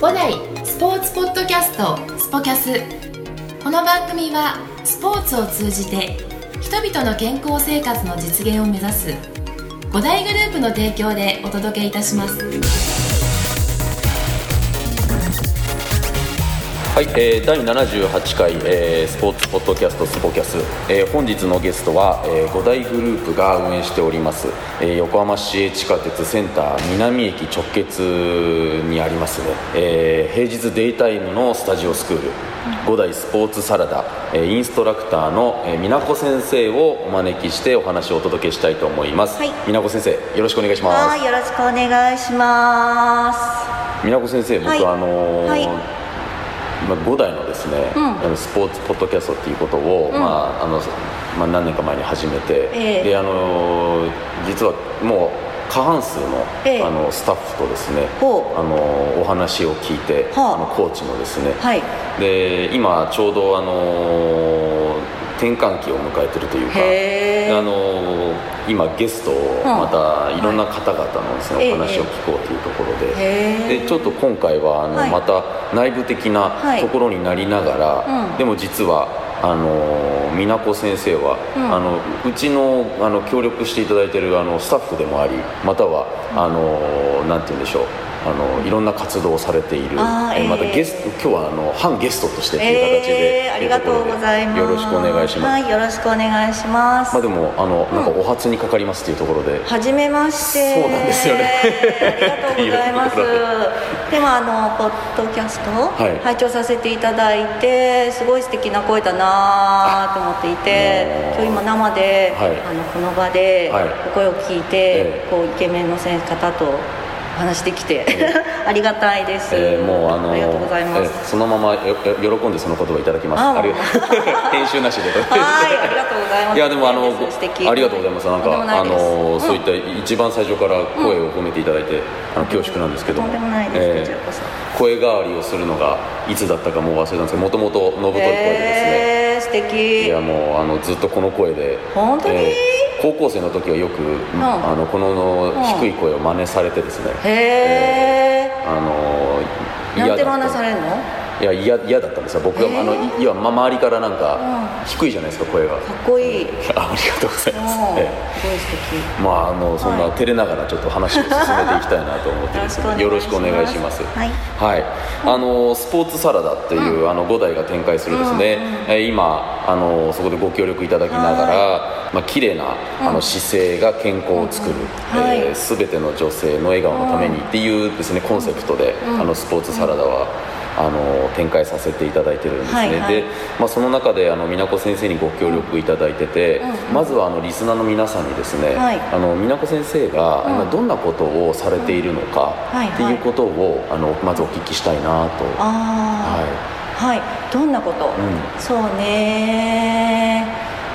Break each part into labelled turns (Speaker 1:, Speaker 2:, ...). Speaker 1: 五代スポーツポッドキャストスポキャスこの番組はスポーツを通じて人々の健康生活の実現を目指す五大グループの提供でお届けいたします
Speaker 2: はい、えー、第78回、えー、スポーツポッドキャストスポキャス、えー、本日のゲストは、えー、5大グループが運営しております、えー、横浜市営地下鉄センター南駅直結にありますね、えー、平日デイタイムのスタジオスクール5大スポーツサラダ、えー、インストラクターの、えー、美奈子先生をお招きしてお話をお届けしたいと思います、
Speaker 3: はい
Speaker 2: 美奈子先生よろしくお願いします
Speaker 3: はい、よろしくお願いします。
Speaker 2: 美奈子先生僕、
Speaker 3: はい
Speaker 2: あのー
Speaker 3: はい
Speaker 2: まあ、5代のですね、
Speaker 3: ん
Speaker 2: あのスポーツポッドキャストっていうことを、まああのまあ、何年か前に始めて、
Speaker 3: ええ
Speaker 2: であのー実はもう過半数の,、
Speaker 3: ええ
Speaker 2: あのスタッフとですね、
Speaker 3: ほう
Speaker 2: あのーお話を聞いて、
Speaker 3: はあ
Speaker 2: あのコーチのですね、
Speaker 3: はい。
Speaker 2: で今ちょうど、あのー転換期を迎えてるというか
Speaker 3: へー
Speaker 2: あのー今ゲストをまたいろんな方々のです
Speaker 3: はい
Speaker 2: ね、お話を聞こうというところで、
Speaker 3: へー
Speaker 2: でちょっと今回はあの、
Speaker 3: はい
Speaker 2: また内部的な
Speaker 3: はい
Speaker 2: ところになりながら、
Speaker 3: うん
Speaker 2: でも実はあのー美奈子先生は、
Speaker 3: うん
Speaker 2: あのうちのあの協力していただいてるあのスタッフでもありまたはあのーなんて言うんでしょうあのいろんな活動をされている
Speaker 3: あー
Speaker 2: えまた
Speaker 3: えー
Speaker 2: ゲスト今日はあの半ゲストとしてという形で、
Speaker 3: えー、ありがとうございます。
Speaker 2: よろしくお願いします、
Speaker 3: はい、よろしくお願いします。
Speaker 2: まあでもあのなんか
Speaker 3: う
Speaker 2: お初にかかりますというところで、
Speaker 3: はじめまして。
Speaker 2: そうなんですよね
Speaker 3: ありがとうございます
Speaker 2: いやいや。
Speaker 3: でもあのポッドキャストを
Speaker 2: はい
Speaker 3: 拝聴させていただいて、すごい素敵な声だなと思っていて
Speaker 2: あ、
Speaker 3: 今日今生で、
Speaker 2: はい
Speaker 3: あのこの場で
Speaker 2: はい
Speaker 3: お声を聞いて、
Speaker 2: ええ
Speaker 3: こうイケメンの先方と。お話できて、 ありがたいです。
Speaker 2: えーもうあのー
Speaker 3: ありがとうございます。
Speaker 2: えーそのままよよ喜んでその言葉いただきます
Speaker 3: あー
Speaker 2: ありが 編集なしで
Speaker 3: はい、ありがとうございます。
Speaker 2: いやでもあの
Speaker 3: 素敵
Speaker 2: ありがとうございますなん
Speaker 3: とでも
Speaker 2: かあ
Speaker 3: ないです
Speaker 2: のそうい
Speaker 3: ん
Speaker 2: った一番最初から声を褒めていただいて、あの恐縮なんですけども
Speaker 3: とんでもないですこち
Speaker 2: 声
Speaker 3: らこそ
Speaker 2: 変わりをするのがいつだったかもう忘れたんですけどもともとのぶとい声でですね、
Speaker 3: えー素敵。
Speaker 2: いやもうあのずっとこの声で
Speaker 3: 本当に
Speaker 2: 高校生の時はよく、あのこの
Speaker 3: うん
Speaker 2: 低い声を真似されてですね、
Speaker 3: へえ。
Speaker 2: あの嫌
Speaker 3: なんて
Speaker 2: だ
Speaker 3: 真
Speaker 2: っ
Speaker 3: 似さ
Speaker 2: た
Speaker 3: れるの？か
Speaker 2: いや嫌嫌だったんですよ僕は、
Speaker 3: へー
Speaker 2: あのいやま周りからなんか、
Speaker 3: う
Speaker 2: 低いじゃないですか声 がい
Speaker 3: っこいい。うん、す
Speaker 2: やありがとうございます、
Speaker 3: ごい
Speaker 2: え
Speaker 3: 素
Speaker 2: えまああのそんな
Speaker 3: はい
Speaker 2: 照れながらちょっと話を進めていきたいなと思って ですねよ
Speaker 3: よ
Speaker 2: ろ
Speaker 3: ろ
Speaker 2: し
Speaker 3: し
Speaker 2: く
Speaker 3: く
Speaker 2: お
Speaker 3: お
Speaker 2: 願
Speaker 3: 願
Speaker 2: い
Speaker 3: い
Speaker 2: し
Speaker 3: し
Speaker 2: ま
Speaker 3: ますす
Speaker 2: はい、あのスポーツサラダっていう、あの5台が展開するですね、えー今あのそこでご協力いただきながら、まあ綺麗な、あの姿勢が健康を作る、
Speaker 3: はい
Speaker 2: えー全ての女性の笑顔のためにっていうですねコンセプトで、あのスポーツサラダは、あの展開させていただいてるんですね、
Speaker 3: はいはい
Speaker 2: で、まあ、その中であの美奈子先生にご協力いただいてて、まずはあのリスナーの皆さんにですね、
Speaker 3: はい
Speaker 2: あの美奈子先生が
Speaker 3: うん
Speaker 2: 今どんなことをされているのか
Speaker 3: はい
Speaker 2: っていうことをあのまずお聞きしたいなと、
Speaker 3: 敵。あ
Speaker 2: は
Speaker 3: あ、はい。どんなこと？
Speaker 2: ん
Speaker 3: そうね。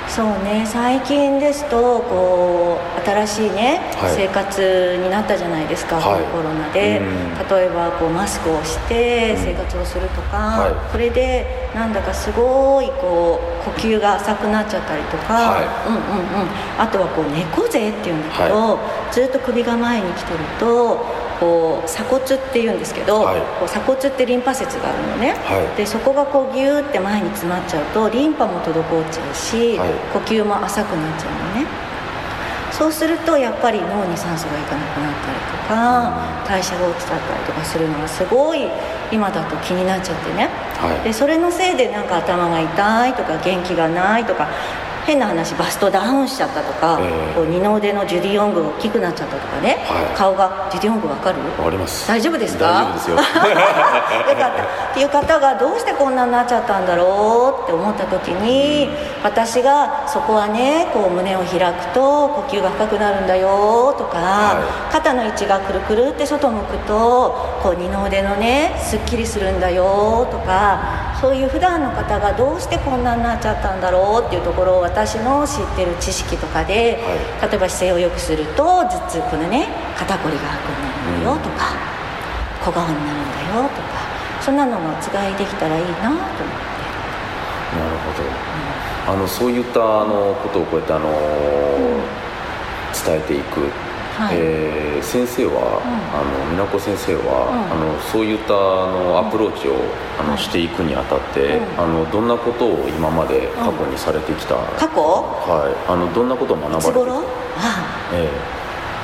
Speaker 3: そうね。最近ですとこう新しいね、
Speaker 2: はい
Speaker 3: 生活になったじゃないですか。
Speaker 2: はい
Speaker 3: コロナで、
Speaker 2: うん
Speaker 3: 例えばこうマスクをして
Speaker 2: うん
Speaker 3: 生活をするとか、
Speaker 2: はい
Speaker 3: それでなんだかすごいこう呼吸が浅くなっちゃったりとか、
Speaker 2: は
Speaker 3: うんうんうん、あとはこう猫背っていうんだけど、ずっと首が前に来てるとこう鎖骨っていうんですけど、
Speaker 2: はい
Speaker 3: こう鎖骨ってリンパ節があるのね、
Speaker 2: はい
Speaker 3: でそこがこうギューって前に詰まっちゃうとリンパも滞っちゃうし、
Speaker 2: はい
Speaker 3: 呼吸も浅くなっちゃうのね。そうするとやっぱり脳に酸素がいかなくなったりとか、代謝が落ちちゃったりとかするのがすごい今だと気になっちゃってね、
Speaker 2: はい
Speaker 3: でそれのせいでなんか頭が痛いとか元気がないとか変な話バストダウンしちゃったとか、
Speaker 2: ええ
Speaker 3: こう二の腕のジュディ・オングが大きくなっちゃったとかね、
Speaker 2: はい
Speaker 3: 顔がジュディ・オングわかる
Speaker 2: い、わかります
Speaker 3: 大丈夫ですか
Speaker 2: 大丈夫です よ
Speaker 3: よかったっていう方がどうしてこんなになっちゃったんだろうって思った時に私がそこはねこう胸を開くと呼吸が深くなるんだよとか、
Speaker 2: は
Speaker 3: 肩の位置がくるくるって外向くとこう二の腕のねすっきりするんだよとかそういう普段の方がどうしてこんなになっちゃったんだろうっていうところを私の知ってる知識とかで、例えば姿勢を良くすると頭痛このね肩こりが楽になるよとか。小顔になるんだよとかそんなのもつがいできたらいいなと思
Speaker 2: なるほどあのそういったあのことをこうやってあの、伝えていく
Speaker 3: はい
Speaker 2: えー先生は、あの美奈子先生は、
Speaker 3: うん
Speaker 2: あのそういったあのアプローチを、あのしていくにあたって、
Speaker 3: うん
Speaker 2: あのどんなことを今まで過去にされてきた、
Speaker 3: 過去
Speaker 2: はい、あのどんなことを学ばれ
Speaker 3: い
Speaker 2: て
Speaker 3: つ
Speaker 2: きた
Speaker 3: 頃あ
Speaker 2: え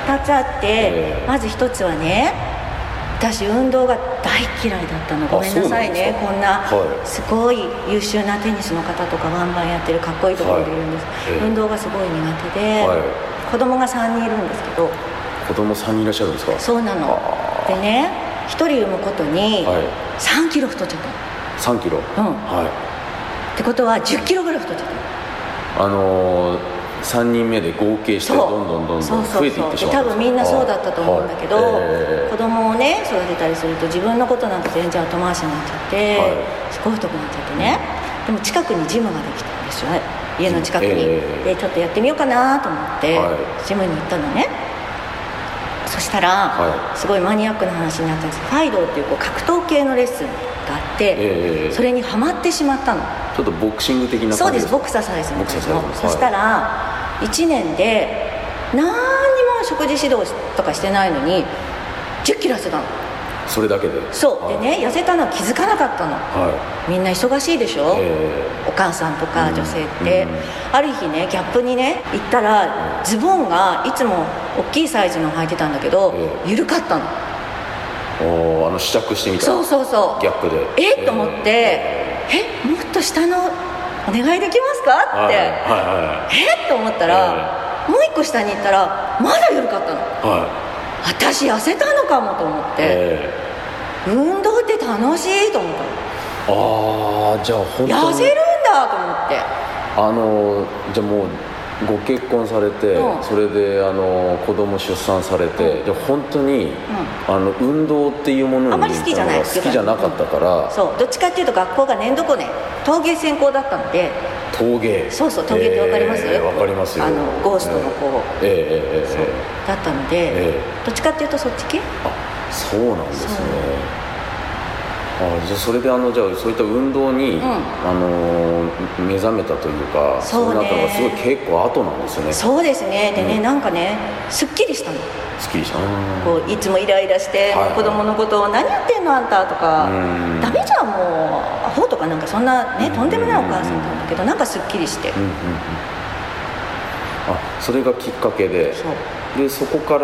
Speaker 3: 2つあって、
Speaker 2: ええ
Speaker 3: まず1つはね私運動が大嫌いだったのごめんなさいね
Speaker 2: あ
Speaker 3: こんな、
Speaker 2: はい
Speaker 3: すごい優秀なテニスの方とかワンバンやってるかっこいいところでいるんです、
Speaker 2: いええ
Speaker 3: 運動がすごい苦手で、
Speaker 2: はい
Speaker 3: 子供が3人いるんですけど
Speaker 2: ー子供3人いらっしゃるんですか
Speaker 3: そうなの
Speaker 2: あ
Speaker 3: でね1人産むことに
Speaker 2: はい
Speaker 3: 3キロ太っちゃったの
Speaker 2: 3キロ、
Speaker 3: うん
Speaker 2: はい
Speaker 3: ってことは1 0キロぐらい太っちゃったの
Speaker 2: あのー3人目で合計してどんどんどんどん
Speaker 3: そうそう
Speaker 2: 増えていってしまった
Speaker 3: そうで多分みんなそうだったと思うんだけど、
Speaker 2: はいえ
Speaker 3: 子供をね育てたりすると自分のことなんて全然後回しになっちゃって、
Speaker 2: はい
Speaker 3: すごい太くなっちゃってねでも近くにジムができたんですよ家の近くに、
Speaker 2: ええ
Speaker 3: でちょっとやってみようかなと思って、
Speaker 2: はい
Speaker 3: ジムに行ったのねそしたら、
Speaker 2: は
Speaker 3: すごいマニアックな話になったんですファイドっていうこう格闘系のレッスンがあって、
Speaker 2: ええ
Speaker 3: それにハマってしまったの
Speaker 2: ーちょっとボクシング的な
Speaker 3: そう
Speaker 2: 感
Speaker 3: で
Speaker 2: じ
Speaker 3: す
Speaker 2: か
Speaker 3: ボクササイズみたいな
Speaker 2: ボ
Speaker 3: の、
Speaker 2: クササイズ
Speaker 3: そしたら1年で何にも食事指導とかしてないのに1 0キロ痩せたの
Speaker 2: それだけで
Speaker 3: そうでね痩せたのは気づかなかったの
Speaker 2: は
Speaker 3: みんな忙しいでし
Speaker 2: い
Speaker 3: ょ、
Speaker 2: え
Speaker 3: お母さんとか
Speaker 2: うん
Speaker 3: 女性って、
Speaker 2: うん
Speaker 3: ある日ねギャップにね行ったらズボンがいつも大きいサイズの履いてたんだけど
Speaker 2: え
Speaker 3: 緩かったの
Speaker 2: ーおーあの試着してみた
Speaker 3: そうそうそう
Speaker 2: ギャップで
Speaker 3: えっと思ってえもっと下のお願いできますかっ
Speaker 2: はいは
Speaker 3: て、
Speaker 2: いは
Speaker 3: えっと思ったら、もう一個下に行ったらまだ緩かった
Speaker 2: い
Speaker 3: の
Speaker 2: はい
Speaker 3: 私痩せたのかもと思って、
Speaker 2: え
Speaker 3: 運動って楽しいと思った
Speaker 2: ーああじゃあ本当
Speaker 3: の痩
Speaker 2: に
Speaker 3: せるんだと思って
Speaker 2: あのーじゃあもうご結婚されて、
Speaker 3: うん
Speaker 2: それであのー子供出産されて、じゃあ本当に、あの運動っていうものに
Speaker 3: あんまり好きじゃない
Speaker 2: んか好きじゃなかったから、
Speaker 3: そうどっちかっていうと学校が年度校ね陶芸専攻だったので
Speaker 2: 陶芸
Speaker 3: そうそう陶芸ってわかります
Speaker 2: えーわ、かりますよ
Speaker 3: あのゴーストの子
Speaker 2: えーえーえー
Speaker 3: そうだったので、
Speaker 2: え
Speaker 3: どっちかっていうとそっち系
Speaker 2: あそうなんですねあじゃあそれであのじゃあそういった運動に、
Speaker 3: ん
Speaker 2: あのー目覚めたというか
Speaker 3: そうね
Speaker 2: なったのがすごい結構後なんですね
Speaker 3: そうですねでね、
Speaker 2: うん
Speaker 3: なんかねすっきりしたの
Speaker 2: すっきりしたう
Speaker 3: こ
Speaker 2: ん
Speaker 3: ういつもイライラして、
Speaker 2: はいはい
Speaker 3: 子供のことを「何やってんのあんた」とか
Speaker 2: うん
Speaker 3: 「ダメじゃんもうアホ」とかなんかそんなねとんでもないお母さんなんだけどなんかすっきりして、
Speaker 2: うんうんうんあそれがきっかけで
Speaker 3: そう
Speaker 2: でそこから、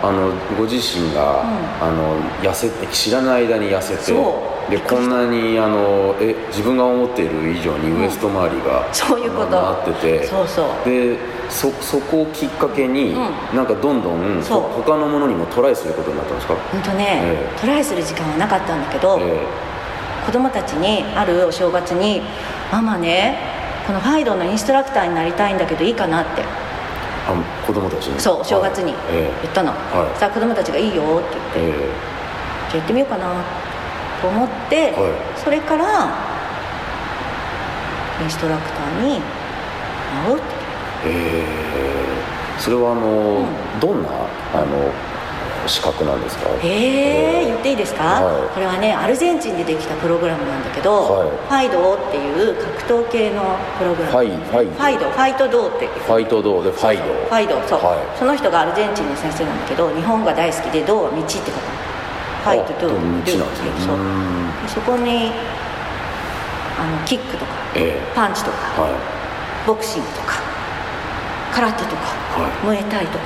Speaker 2: あのご自身が、あの痩せて知らない間に痩せて
Speaker 3: そう
Speaker 2: でこんなにあのえ自分が思っている以上にウエスト周りが、
Speaker 3: そういうこと
Speaker 2: なってて
Speaker 3: そうそう
Speaker 2: でそそこをきっかけに、
Speaker 3: う
Speaker 2: なんかどんどん
Speaker 3: そう
Speaker 2: ほ他のものにもトライすることになったんですか
Speaker 3: 本当ね、
Speaker 2: え
Speaker 3: トライする時間はなかったんだけど、
Speaker 2: え
Speaker 3: 子供たちにあるお正月に「ママねこのファイドのインストラクターになりたいんだけどいいかな」って
Speaker 2: えあ子供たちに
Speaker 3: そうお正月に
Speaker 2: はいええ
Speaker 3: 言ったの、
Speaker 2: はい
Speaker 3: さあ子供たちが「いいよ」って言って
Speaker 2: え
Speaker 3: じゃあ行ってみようかなと思って、
Speaker 2: は
Speaker 3: それからインストラクターに「なお」って
Speaker 2: えええそれはあの、
Speaker 3: ん
Speaker 2: どんなあの資格なんですか
Speaker 3: えー、言っていいですか、
Speaker 2: はい
Speaker 3: これはねアルゼンチンでできたプログラムなんだけど、
Speaker 2: はい
Speaker 3: ファイドっていう格闘系のプログラム
Speaker 2: ファイファイド
Speaker 3: ファイドファイトドーって
Speaker 2: ファイト道でファイド
Speaker 3: ファイドそう、
Speaker 2: はい
Speaker 3: その人がアルゼンチンの先生なんだけど日本が大好きでドーは道って書くファイトドー
Speaker 2: あ道なんですね
Speaker 3: そう
Speaker 2: うん
Speaker 3: そこにあのキックとか、
Speaker 2: ええ
Speaker 3: パンチとか、
Speaker 2: はい
Speaker 3: ボクシングとか空手とか、
Speaker 2: は
Speaker 3: ムエタイとか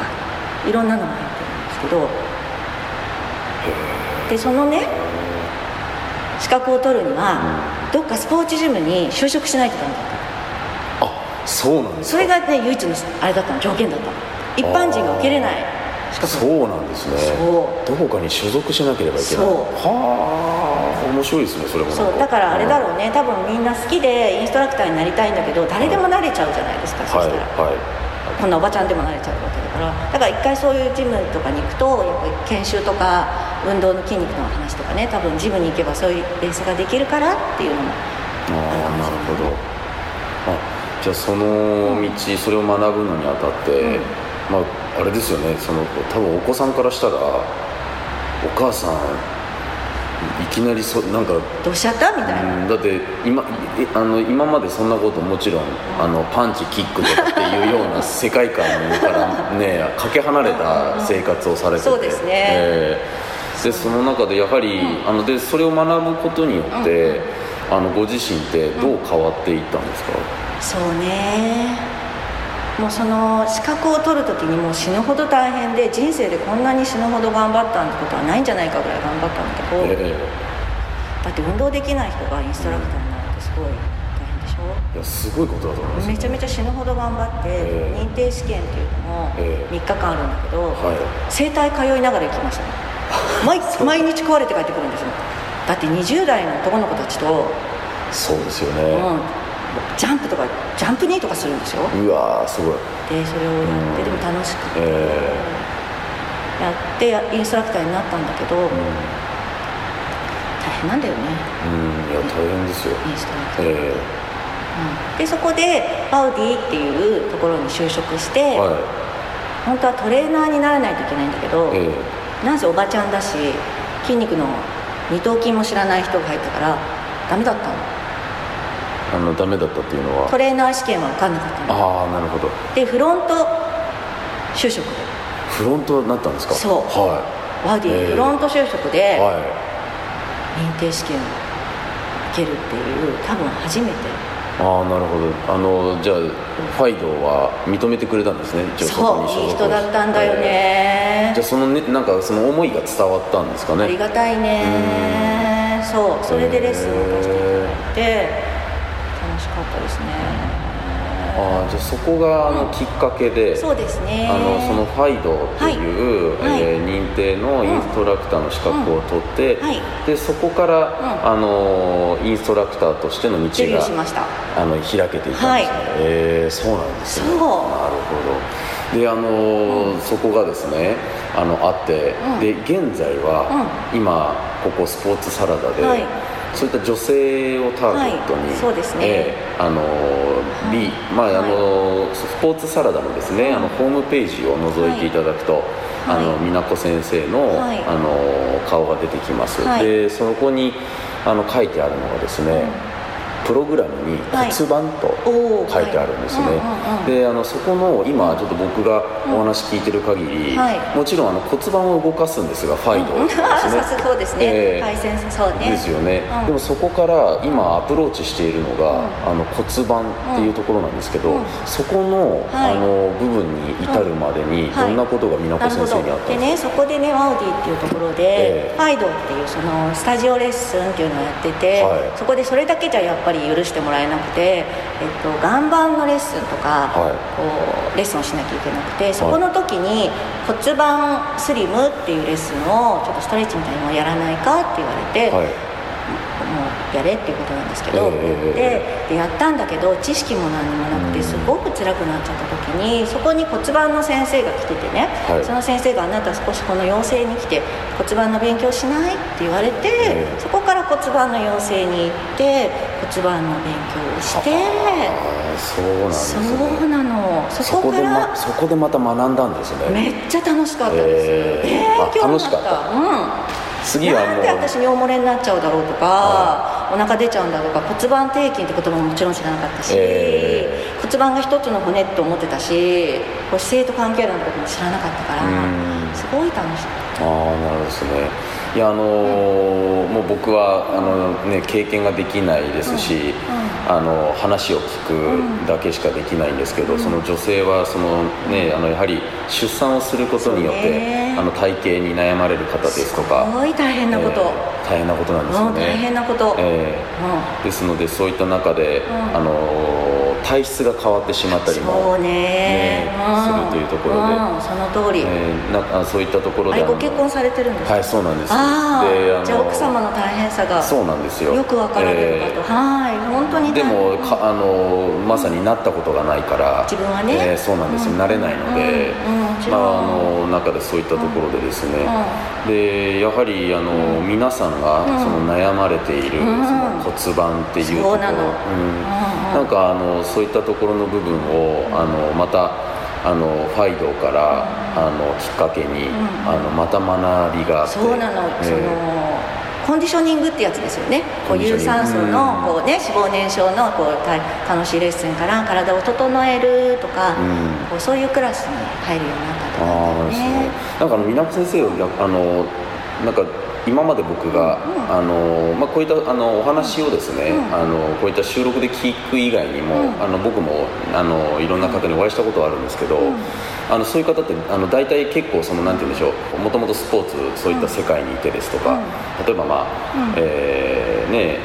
Speaker 3: いろんなのが入ってるんですけどでそのね資格を取るには、どっかスポーツジムに就職しないとダメだった
Speaker 2: あそうなんです
Speaker 3: そ
Speaker 2: か
Speaker 3: れがね唯一のあれだったの条件だったの一般人が受けれない資格
Speaker 2: そうなんですね
Speaker 3: そ
Speaker 2: どこかに所属しなければいけない
Speaker 3: そう
Speaker 2: はあ面白いですねそれも
Speaker 3: そうだからあれだろうね多分みんな好きでインストラクターになりたいんだけど誰でもなれちゃうじゃないですか、そ
Speaker 2: はい
Speaker 3: したら、
Speaker 2: は
Speaker 3: こんなおばちゃんでもなれちゃうわけだからだから一回そういうジムとかに行くとやっぱり研修とか運動の筋肉の話とかね多分ジムに行けばそういうレースができるからっていうのも
Speaker 2: いああなるほどあじゃあその道、それを学ぶのにあたって、まああれですよねその多分お子さんからしたらお母さんいきなりそなんか
Speaker 3: どうしちゃったみたいな、
Speaker 2: うんだって今えあの今までそんなこともちろんあのパンチキックとかっていうよう な世界観からねかけ離れた生活をされてて
Speaker 3: そうですね
Speaker 2: ええでその中でやはり、あのでそれを学ぶことによって、あのご自身ってどう変わっていったんですか、
Speaker 3: そうねもうその資格を取る時にもう死ぬほど大変で人生でこんなに死ぬほど頑張ったってことはないんじゃないかぐらい頑張ったんだけど、
Speaker 2: え
Speaker 3: だって運動できない人がインストラクターになるってすごい大変でしょ、
Speaker 2: えいやすごいことだと思います
Speaker 3: めちゃめちゃ死ぬほど頑張って、
Speaker 2: ええ
Speaker 3: 認定試験っていうのも
Speaker 2: え
Speaker 3: 3
Speaker 2: え
Speaker 3: 日間あるんだけど、
Speaker 2: は
Speaker 3: 整体通いながら行きましたね 毎毎日壊れて帰ってくるんですよだって20代の男の子たちと、
Speaker 2: そうですよね、
Speaker 3: うん、ジャンプとかジャンプニーとかするんですよ、
Speaker 2: うわーすごい
Speaker 3: でそれをやってでも楽しくて、
Speaker 2: え
Speaker 3: やってやインストラクターになったんだけど、
Speaker 2: え
Speaker 3: 大変なんだよね
Speaker 2: うん、うん、いや大変ですよ
Speaker 3: インストラクター、
Speaker 2: え
Speaker 3: うんでそこでバウディっていうところに就職し
Speaker 2: え
Speaker 3: て、
Speaker 2: は
Speaker 3: 本当はトレーナーにならないといけないんだけど、
Speaker 2: いえ
Speaker 3: なんせおばちゃんだし筋肉の二頭筋も知らない人が入ったからダメだったの
Speaker 2: えあのダメだったっていうのは
Speaker 3: トレーナー試験は受かんなかったの
Speaker 2: ああなるほど
Speaker 3: でフロント就職
Speaker 2: フロントになったんですか
Speaker 3: そう
Speaker 2: は
Speaker 3: バウディ
Speaker 2: へえ
Speaker 3: フロント就職
Speaker 2: い
Speaker 3: で
Speaker 2: はい
Speaker 3: 認定試験を受けるっていう多分初めて
Speaker 2: ああなるほどあのじゃあファイドは認めてくれたんですね一応
Speaker 3: そ
Speaker 2: こに所
Speaker 3: ういい
Speaker 2: 属
Speaker 3: 人だったんだよ
Speaker 2: ええ
Speaker 3: ね
Speaker 2: じゃあそのねなんかその思いが伝わったんですかね
Speaker 3: ありがたいねそうそれでレッスンを出していただいて楽しかったですね
Speaker 2: ああじゃあそこがあのきっかけで、
Speaker 3: そうですね
Speaker 2: あのそのファイドっていう、
Speaker 3: はい
Speaker 2: えー認定のインストラクターの資格を取って、
Speaker 3: うんはい
Speaker 2: でそこから、あのーインストラクターとしての道
Speaker 3: デビューしま
Speaker 2: が
Speaker 3: した
Speaker 2: あの開けていたんですね、
Speaker 3: はい
Speaker 2: えーそうなんですね
Speaker 3: そう
Speaker 2: なるほどであのーそこがですねあのあって、
Speaker 3: ん
Speaker 2: で現在は、今ここスポーツサラダで、
Speaker 3: はい
Speaker 2: そういった女性をターゲットに、
Speaker 3: はいそうですね
Speaker 2: えーあのー B、まああのースポーツサラダのですね、あのホームページを覗いていただくと、
Speaker 3: はい
Speaker 2: あの美奈子先生の、
Speaker 3: はい
Speaker 2: あのー顔が出てきます、
Speaker 3: はい
Speaker 2: でそこにあの書いてあるのがですね、プログラムに
Speaker 3: はい
Speaker 2: 骨盤と
Speaker 3: おー
Speaker 2: 書いてあるんですね、
Speaker 3: はいうんうんうん
Speaker 2: であのそこの今ちょっと僕がお話聞いてる限り、
Speaker 3: はい
Speaker 2: もちろんあの骨盤を動かすんですがファイド
Speaker 3: うん
Speaker 2: です ね
Speaker 3: そうですね、
Speaker 2: えー
Speaker 3: 対戦そうね
Speaker 2: ですよね、
Speaker 3: うん
Speaker 2: でもそこから今アプローチしているのが、あの骨盤っていうところなんですけど、
Speaker 3: うん
Speaker 2: そこの,、
Speaker 3: はい
Speaker 2: あの部分に至るまでに
Speaker 3: はい
Speaker 2: どんなことが美
Speaker 3: な
Speaker 2: 奈
Speaker 3: る
Speaker 2: 子
Speaker 3: ほ
Speaker 2: 先生にあっ
Speaker 3: ど
Speaker 2: た
Speaker 3: で
Speaker 2: んです
Speaker 3: ねそこでねワウディっていうところで、
Speaker 2: ええ
Speaker 3: ファイドっていうそのスタジオレッスンっていうのをやってて、
Speaker 2: はい
Speaker 3: そこでそれだけじゃやっぱり許してもらえなくて、えっと、岩盤のレッスンとか、こうレッスンをしなきゃいけなくてそこの時に骨盤スリムっていうレッスンをちょっとストレッチみたいなのをやらないかって言われて、
Speaker 2: か、はい
Speaker 3: もうやれっていうことなんですけど、
Speaker 2: え
Speaker 3: ででやったんだけど知識も何にもなく
Speaker 2: う
Speaker 3: て
Speaker 2: ん
Speaker 3: すごく辛くなっちゃった時にそこに骨盤の先生が来ててね、
Speaker 2: はい
Speaker 3: その先生が「あなた少しこの養成に来て骨盤の勉強しない?」って言われて、
Speaker 2: ええ
Speaker 3: そこから骨盤の養成に行って骨盤の勉強をして
Speaker 2: あーそうなんです
Speaker 3: そ
Speaker 2: ね
Speaker 3: うなのそ
Speaker 2: そ
Speaker 3: こ
Speaker 2: こ
Speaker 3: か
Speaker 2: で
Speaker 3: ら
Speaker 2: まそこでまた学んだんですね
Speaker 3: めっちゃ楽しかったです、
Speaker 2: ええ
Speaker 3: え
Speaker 2: あ
Speaker 3: ー、今
Speaker 2: 楽し
Speaker 3: 日な
Speaker 2: か
Speaker 3: っ
Speaker 2: ったた
Speaker 3: うん
Speaker 2: 次は
Speaker 3: な
Speaker 2: も
Speaker 3: ん
Speaker 2: う
Speaker 3: で私尿漏れになっちゃうだろうとか、お腹出ちゃうんだとか骨盤底筋って言葉ももちろん知らなかったし、
Speaker 2: え
Speaker 3: 骨盤が一つの骨って思ってたしこう姿勢と関係あることも知らなかったから
Speaker 2: うん
Speaker 3: すごい楽しかっ
Speaker 2: ああなるほどですねいやあのーもう僕はあの、ね、経験ができないですし、あの話を聞くだけしかできないんですけど、その女性はその、ね、あのやはり出産をすることによっ
Speaker 3: そう
Speaker 2: て
Speaker 3: ね
Speaker 2: あの体型に悩まれる方ですと
Speaker 3: た
Speaker 2: か
Speaker 3: すごい大変なこと、
Speaker 2: えー大変なことなんですよ
Speaker 3: うん
Speaker 2: ね
Speaker 3: 大変なこと、
Speaker 2: え
Speaker 3: う
Speaker 2: ーですのでそういった中で、
Speaker 3: ん
Speaker 2: あのー体質が変わってしまった
Speaker 3: ん、
Speaker 2: り
Speaker 3: そ
Speaker 2: も
Speaker 3: う、ね
Speaker 2: ね
Speaker 3: うん、
Speaker 2: するというところで
Speaker 3: うん、その通り、
Speaker 2: えーなあそういったところ
Speaker 3: あ
Speaker 2: で
Speaker 3: れ
Speaker 2: あの
Speaker 3: ご結婚されてるんですか、
Speaker 2: はいそうなんです
Speaker 3: あ
Speaker 2: であ
Speaker 3: あ
Speaker 2: の
Speaker 3: じゃあ奥様の大変さが
Speaker 2: そうなんですよ
Speaker 3: よくわかられるかと、
Speaker 2: えー
Speaker 3: はい本当に大変
Speaker 2: でもかあのまさになったことがないから
Speaker 3: 自分はね
Speaker 2: えーそうなんですよ、慣れないので、
Speaker 3: うんうんもち
Speaker 2: ま
Speaker 3: ろん
Speaker 2: あ、あの中でそういったところでですね、でやはりあの、皆さんがその悩まれている、
Speaker 3: ん
Speaker 2: その骨盤っていうところ
Speaker 3: そうなの
Speaker 2: うんなんかあのそういったところの部分をあのまたあのファイドから、あのきっかけに、あのまた学びがあって
Speaker 3: そうなの、
Speaker 2: えー
Speaker 3: そのコンディショニングってやつですよねこ
Speaker 2: コン
Speaker 3: う
Speaker 2: ディショ
Speaker 3: 有
Speaker 2: ニング
Speaker 3: 酸素のこう、ね、脂肪燃焼のこうた楽しいレッスンから体を整えるとか、
Speaker 2: うん
Speaker 3: こうそういうクラスに入るようになったと
Speaker 2: ああ
Speaker 3: 思うん
Speaker 2: で
Speaker 3: ですす
Speaker 2: ね
Speaker 3: ね。
Speaker 2: なんかあの南先生をやあのなんか今まで僕が、あのまあこういったあのお話をですね、
Speaker 3: うん
Speaker 2: あのこういった収録で聞く以外にも、
Speaker 3: うん
Speaker 2: あの僕もあのいろんな方にお会いしたことはあるんですけど、
Speaker 3: うん
Speaker 2: あのそういう方ってあの大体結構そのなんて言うんでしょう、もともとスポーツそういった世界にいてですとか、
Speaker 3: うん
Speaker 2: 例えばまあ、
Speaker 3: うん
Speaker 2: えーね、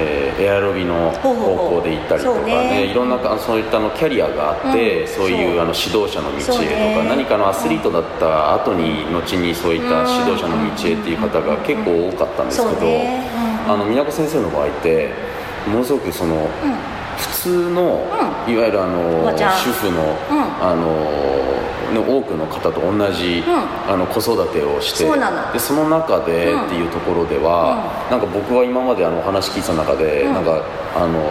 Speaker 2: えーエアロビの
Speaker 3: ほうほうほう
Speaker 2: 方向で行ったりとか
Speaker 3: そう
Speaker 2: ね、
Speaker 3: ね
Speaker 2: いろんなあそういったあのキャリアがあって、
Speaker 3: うん
Speaker 2: そういう
Speaker 3: そう
Speaker 2: あの指導者の道
Speaker 3: そ
Speaker 2: へ
Speaker 3: う
Speaker 2: とか、
Speaker 3: ね
Speaker 2: 何かのアスリートだった後に後にそういった指導者の道へっていう方が結構多かったんですけ
Speaker 3: そ
Speaker 2: ど、
Speaker 3: うねうん
Speaker 2: あの宮子先生の場合ってものすごくその、
Speaker 3: うん
Speaker 2: 普通の、いわゆるあ
Speaker 3: お
Speaker 2: の
Speaker 3: ばちゃん
Speaker 2: 主婦の、
Speaker 3: うん
Speaker 2: あのね多くの方と同じ、
Speaker 3: う
Speaker 2: あの子育てをして
Speaker 3: そうなの
Speaker 2: でその中で、
Speaker 3: うん
Speaker 2: っていうところでは、なんか僕は今まであのお話聞いてた中で、
Speaker 3: うん
Speaker 2: なんかあの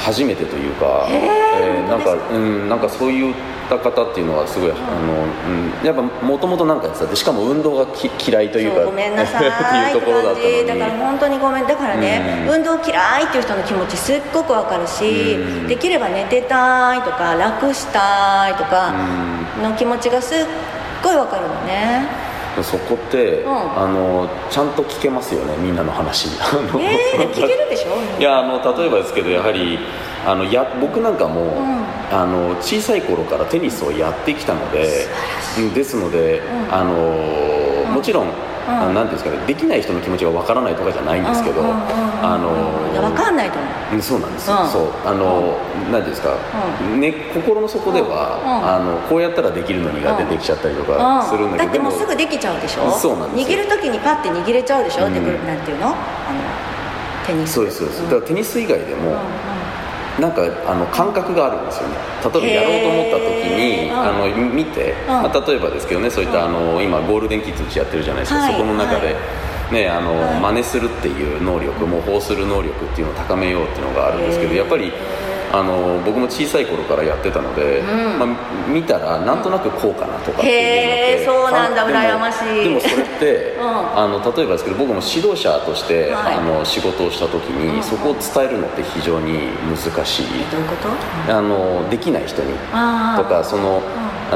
Speaker 2: 初めてというか、
Speaker 3: へー
Speaker 2: なん
Speaker 3: 本当
Speaker 2: か
Speaker 3: です
Speaker 2: うんなんかそういった方っていうのはすごい、あのうん、やっぱもともとなんかやってたでしかも運動がき嫌いという
Speaker 3: そう
Speaker 2: か
Speaker 3: ごめんなさ い
Speaker 2: っていうところだっ
Speaker 3: って感じ
Speaker 2: た
Speaker 3: だから
Speaker 2: のに。
Speaker 3: 本当にごめんだからね、
Speaker 2: うん
Speaker 3: 運動嫌いっていう人の気持ちすっごくわかるし、
Speaker 2: うん
Speaker 3: できれば寝てたいとか楽したいとかの気持ちがすっごいわかるのね
Speaker 2: そこって、
Speaker 3: うん
Speaker 2: あのちゃんと聞けますよねみんなの話あの
Speaker 3: えー、でも聞けるでしょ
Speaker 2: いやあの例えばですけどやはりあのや僕なんかも、
Speaker 3: ん
Speaker 2: あの小さい頃からテニスをやってきたのでうんですので、
Speaker 3: うん
Speaker 2: あのもちろん、あのなんていうんですかねできない人の気持ちがわからないとかじゃないんですけど、
Speaker 3: うんうんうんうん
Speaker 2: あの
Speaker 3: いやわかんないと思う
Speaker 2: うんそうなんですよ、
Speaker 3: うん
Speaker 2: そうあの、なんていうんですか、ね、心の底では、
Speaker 3: うん
Speaker 2: あのこうやったらできるのにが出てきちゃったりとかするんだけど、
Speaker 3: だってもう
Speaker 2: です
Speaker 3: ぐできちゃうでしょ
Speaker 2: そうなんですよ
Speaker 3: 握る時にパッて握れちゃうでしょ、
Speaker 2: うん
Speaker 3: でこれなんていうのあのテニス
Speaker 2: そうですそうです、だからテニス以外でも、
Speaker 3: うんうん
Speaker 2: なんかあの感覚があるんですよね例えばやろうと思った時に、
Speaker 3: へー
Speaker 2: あの見て、
Speaker 3: ん
Speaker 2: まあ、例えばですけどねそういった、
Speaker 3: う
Speaker 2: あの今ゴールデンキッズうちやってるじゃないですか、
Speaker 3: はい
Speaker 2: そこの中で、
Speaker 3: はい
Speaker 2: ねあの
Speaker 3: はい
Speaker 2: 真似するっていう能力模倣する能力っていうのを高めようっていうのがあるんですけど
Speaker 3: へー
Speaker 2: やっぱりあの僕も小さい頃からやってたので、
Speaker 3: うん
Speaker 2: まあ、見たらなんとなくこうかなとかっていうのって
Speaker 3: へーそうなんだ
Speaker 2: でも
Speaker 3: 羨ましい
Speaker 2: でもそれって、
Speaker 3: うん
Speaker 2: あの例えばですけど僕も指導者として、
Speaker 3: はい
Speaker 2: あの仕事をした時に、
Speaker 3: うん
Speaker 2: そこを伝えるのって非常に難しい、
Speaker 3: どういうこと
Speaker 2: あのできない人に
Speaker 3: あー
Speaker 2: とかその、うんあ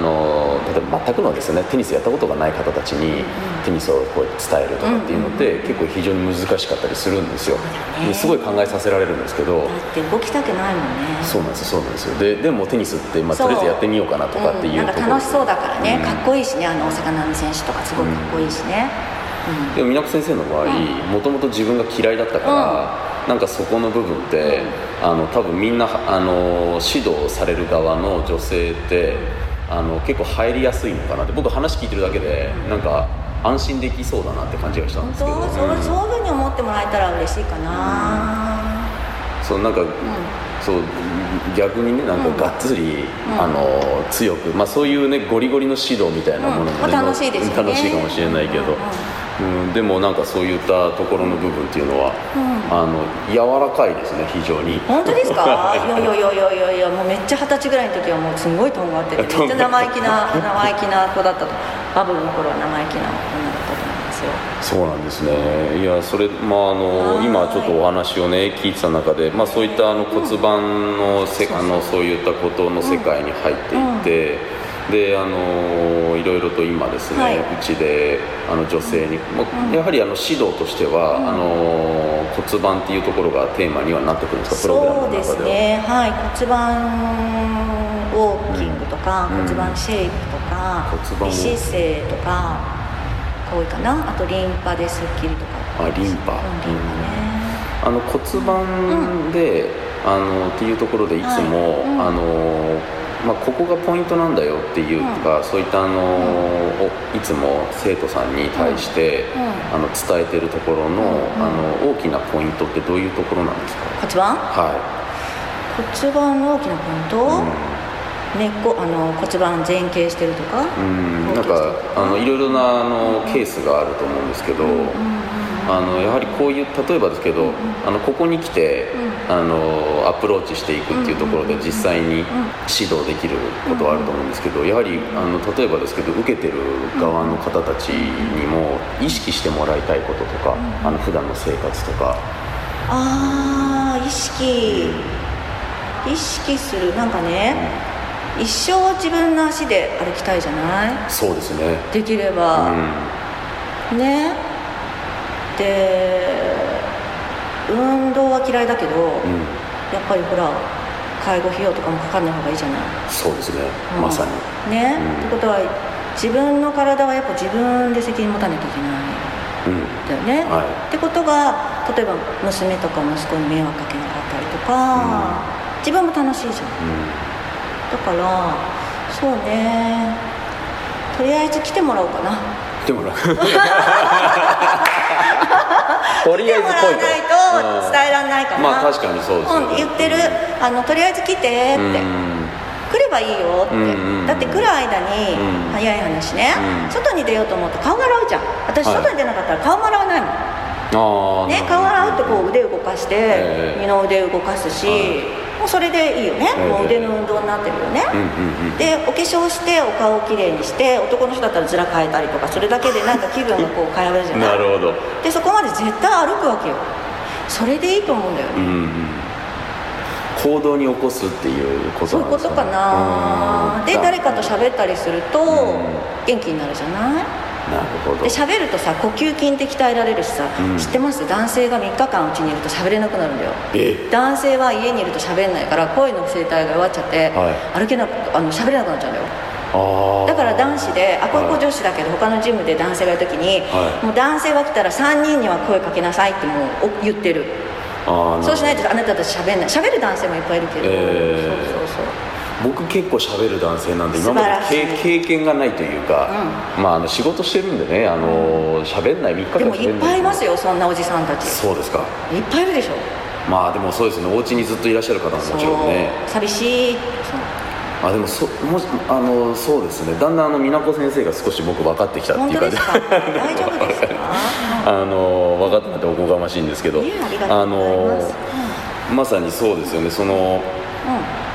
Speaker 2: の例えば全くのですねテニスやったことがない方たちにテニスをこう伝えるとかっていうのって結構非常に難しかったりするんですよ、
Speaker 3: だね
Speaker 2: ですごい考えさせられるんですけど
Speaker 3: だって動きたくないもんね
Speaker 2: そうなんですよそうなんですよででもテニスって、まあ、
Speaker 3: そう
Speaker 2: とりあえずやってみようかなとかっていううんと
Speaker 3: なん
Speaker 2: ころ、
Speaker 3: か楽しそうだからね、
Speaker 2: うん
Speaker 3: かっこいいしねあのお魚の選手とかすごいかっこいいしね、
Speaker 2: でも港先生の場合もともと自分が嫌いだったから、なんかそこの部分って、あの多分みんなあの指導される側の女性ってあの結構入りやすいのかなって僕話聞いてるだけでなんか安心できそうだなって感じがしたん
Speaker 3: 本
Speaker 2: です
Speaker 3: 当
Speaker 2: けど、
Speaker 3: そう
Speaker 2: うん
Speaker 3: そういうふうに思ってもらえたら嬉しいかな、
Speaker 2: そうなんか、そう逆にねなんかがっつり、あの強く、まあ、そういうねゴリゴリの指導みたいなものも、ね
Speaker 3: うん楽しいですよね
Speaker 2: 楽しいかもしれないけど、うんでもなんかそういったところの部分っていうのは、あの柔らかいですね非常に。
Speaker 3: 本当ですかいやいやいやいやいやいやもうめっちゃ二十歳ぐらいの時はもうすごいとんがっててめっちゃ生意気な生意気な子だったとバブルの頃は生意気な女だったと思うんです
Speaker 2: そ
Speaker 3: よ
Speaker 2: うなんですねいやそれまああ
Speaker 3: は
Speaker 2: の
Speaker 3: ーい
Speaker 2: 今ちょっとお話をね聞いてた中で、まあ、そういったあの骨盤のせ、あのそういったことの世界に入っていって、であのいろいろと今ですね、
Speaker 3: はいう
Speaker 2: ちであの女性に、まあやはりあの指導としては、あの骨盤っていうところがテーマにはなってくるんですかプログラム
Speaker 3: そう
Speaker 2: の中で
Speaker 3: で
Speaker 2: は
Speaker 3: すねはい骨盤ウォーキングとか、
Speaker 2: うん
Speaker 3: 骨盤シェイプとか
Speaker 2: 骨盤ウォー
Speaker 3: 美
Speaker 2: キング
Speaker 3: 姿勢とかこういうかなあとリンパですっきりとか
Speaker 2: あリンパ、
Speaker 3: うんリンパね
Speaker 2: あの骨盤で、あのっていうところでいつも、
Speaker 3: はいうん
Speaker 2: あのまあ、ここがポイントなんだよっていうか、そういったあの、おいつも生徒さんに対して、
Speaker 3: うんう
Speaker 2: あ
Speaker 3: ん
Speaker 2: の伝えてるところの,、
Speaker 3: うん
Speaker 2: あの大きなポイントってどういうところなんですか
Speaker 3: 骨盤
Speaker 2: は
Speaker 3: 骨盤の大きなポイント、
Speaker 2: い、
Speaker 3: 根っこあの骨盤前傾してるとか、
Speaker 2: うん、なんかあのいろいろなあのケースがあると思うんですけど、
Speaker 3: うんうん
Speaker 2: あのやはりこういう例えばですけど、あのここに来て、
Speaker 3: ん
Speaker 2: あのアプローチしていくっていうところで実際に指導できることはあると思うんですけどやはりあの例えばですけど受けてる側の方たちにも意識してもらいたいこととかあの普段の生活とか
Speaker 3: あー意識意識するなんかね一生自分の足で歩きたいじゃない
Speaker 2: そうですね
Speaker 3: できれ
Speaker 2: う
Speaker 3: ば、
Speaker 2: ん
Speaker 3: ねで運動は嫌いだけど、
Speaker 2: うん
Speaker 3: やっぱりほら介護費用とかもかかんない方がいいじゃない、
Speaker 2: そうですね
Speaker 3: うん
Speaker 2: まさに
Speaker 3: ね、
Speaker 2: うん
Speaker 3: ってことは自分の体はやっぱ自分で責任持たなきゃいけない
Speaker 2: うん
Speaker 3: だよね、
Speaker 2: はい
Speaker 3: ってことが例えば娘とか息子に迷惑かけなかったりとか、自分も楽しいじゃんだからそうねとりあえず来てもらおうか
Speaker 2: う
Speaker 3: な
Speaker 2: んでもな とりあえず
Speaker 3: 来て
Speaker 2: 来い
Speaker 3: もらわないと伝えられないから、
Speaker 2: まあ確かにそうですよね
Speaker 3: ん言ってるあのとりあえず来てって、
Speaker 2: うん
Speaker 3: 来ればいいよって、
Speaker 2: うんうん
Speaker 3: だって来る間に、
Speaker 2: うん
Speaker 3: 早い話ね、
Speaker 2: うん
Speaker 3: 外に出ようと思って顔も洗うじゃん私
Speaker 2: はい
Speaker 3: 外に出なかったら顔も洗わないもん、
Speaker 2: ああ
Speaker 3: ね、顔洗うってこう腕動かして、
Speaker 2: ええ
Speaker 3: 二の腕動かすし、
Speaker 2: はい
Speaker 3: もうそれでいいよね、
Speaker 2: ええ
Speaker 3: もう腕の運動になってるよね、
Speaker 2: うんうんうん
Speaker 3: でお化粧してお顔をきれいにして男の人だったら面変えたりとかそれだ けでなんか気分がこう変わるじゃない
Speaker 2: なるほど
Speaker 3: でそこまで絶対歩くわけよそれでいいと思うんだよ
Speaker 2: う
Speaker 3: ね、
Speaker 2: ん行動に起こすっていうこと
Speaker 3: そういう
Speaker 2: なんで
Speaker 3: こ
Speaker 2: す
Speaker 3: とかな
Speaker 2: うん
Speaker 3: で誰かと喋ったりすると
Speaker 2: ん
Speaker 3: 元気になるじゃない
Speaker 2: なるほど
Speaker 3: で喋るとさ呼吸筋って鍛えられるしさ、
Speaker 2: うん
Speaker 3: 知ってます男性が3日間うちにいると喋れなくなるんだよ
Speaker 2: え
Speaker 3: 男性は家にいると喋んないから声の声帯が弱っちゃって、
Speaker 2: は
Speaker 3: 歩けなくあの喋れなくなっちゃうんだよ
Speaker 2: ああ
Speaker 3: だから男子であこれこ
Speaker 2: はい
Speaker 3: 女子だけど他のジムで男性がいる時に、
Speaker 2: はい
Speaker 3: もう男性が来たら3人には声かけなさいってもうお言ってる
Speaker 2: あー
Speaker 3: そうしない
Speaker 2: なる
Speaker 3: とあなたたち喋んない喋る男性もいっぱいいるけど、
Speaker 2: ええ
Speaker 3: そうそうそう
Speaker 2: ほど僕結構喋る男性なんで今まで
Speaker 3: 素晴らしい
Speaker 2: 経経験がないというか、まああの仕事してるんでねあの喋んない3日間
Speaker 3: でもいっぱいいます
Speaker 2: よ
Speaker 3: よそんなおじさんたち
Speaker 2: そうですか
Speaker 3: いっぱいいるでしょ
Speaker 2: まあでもそうですねお家にずっといらっしゃる方ももちろんね
Speaker 3: そう寂しいそう
Speaker 2: あでもそもしあのそうですねだんだんあの美奈子先生が少し僕分かってきたっ
Speaker 3: 本
Speaker 2: ていう
Speaker 3: 当
Speaker 2: か
Speaker 3: ですか大丈夫ですか
Speaker 2: あの分かってなくておこがましいんですけど
Speaker 3: いえありがとうございます
Speaker 2: あのまさにそうですよねその
Speaker 3: う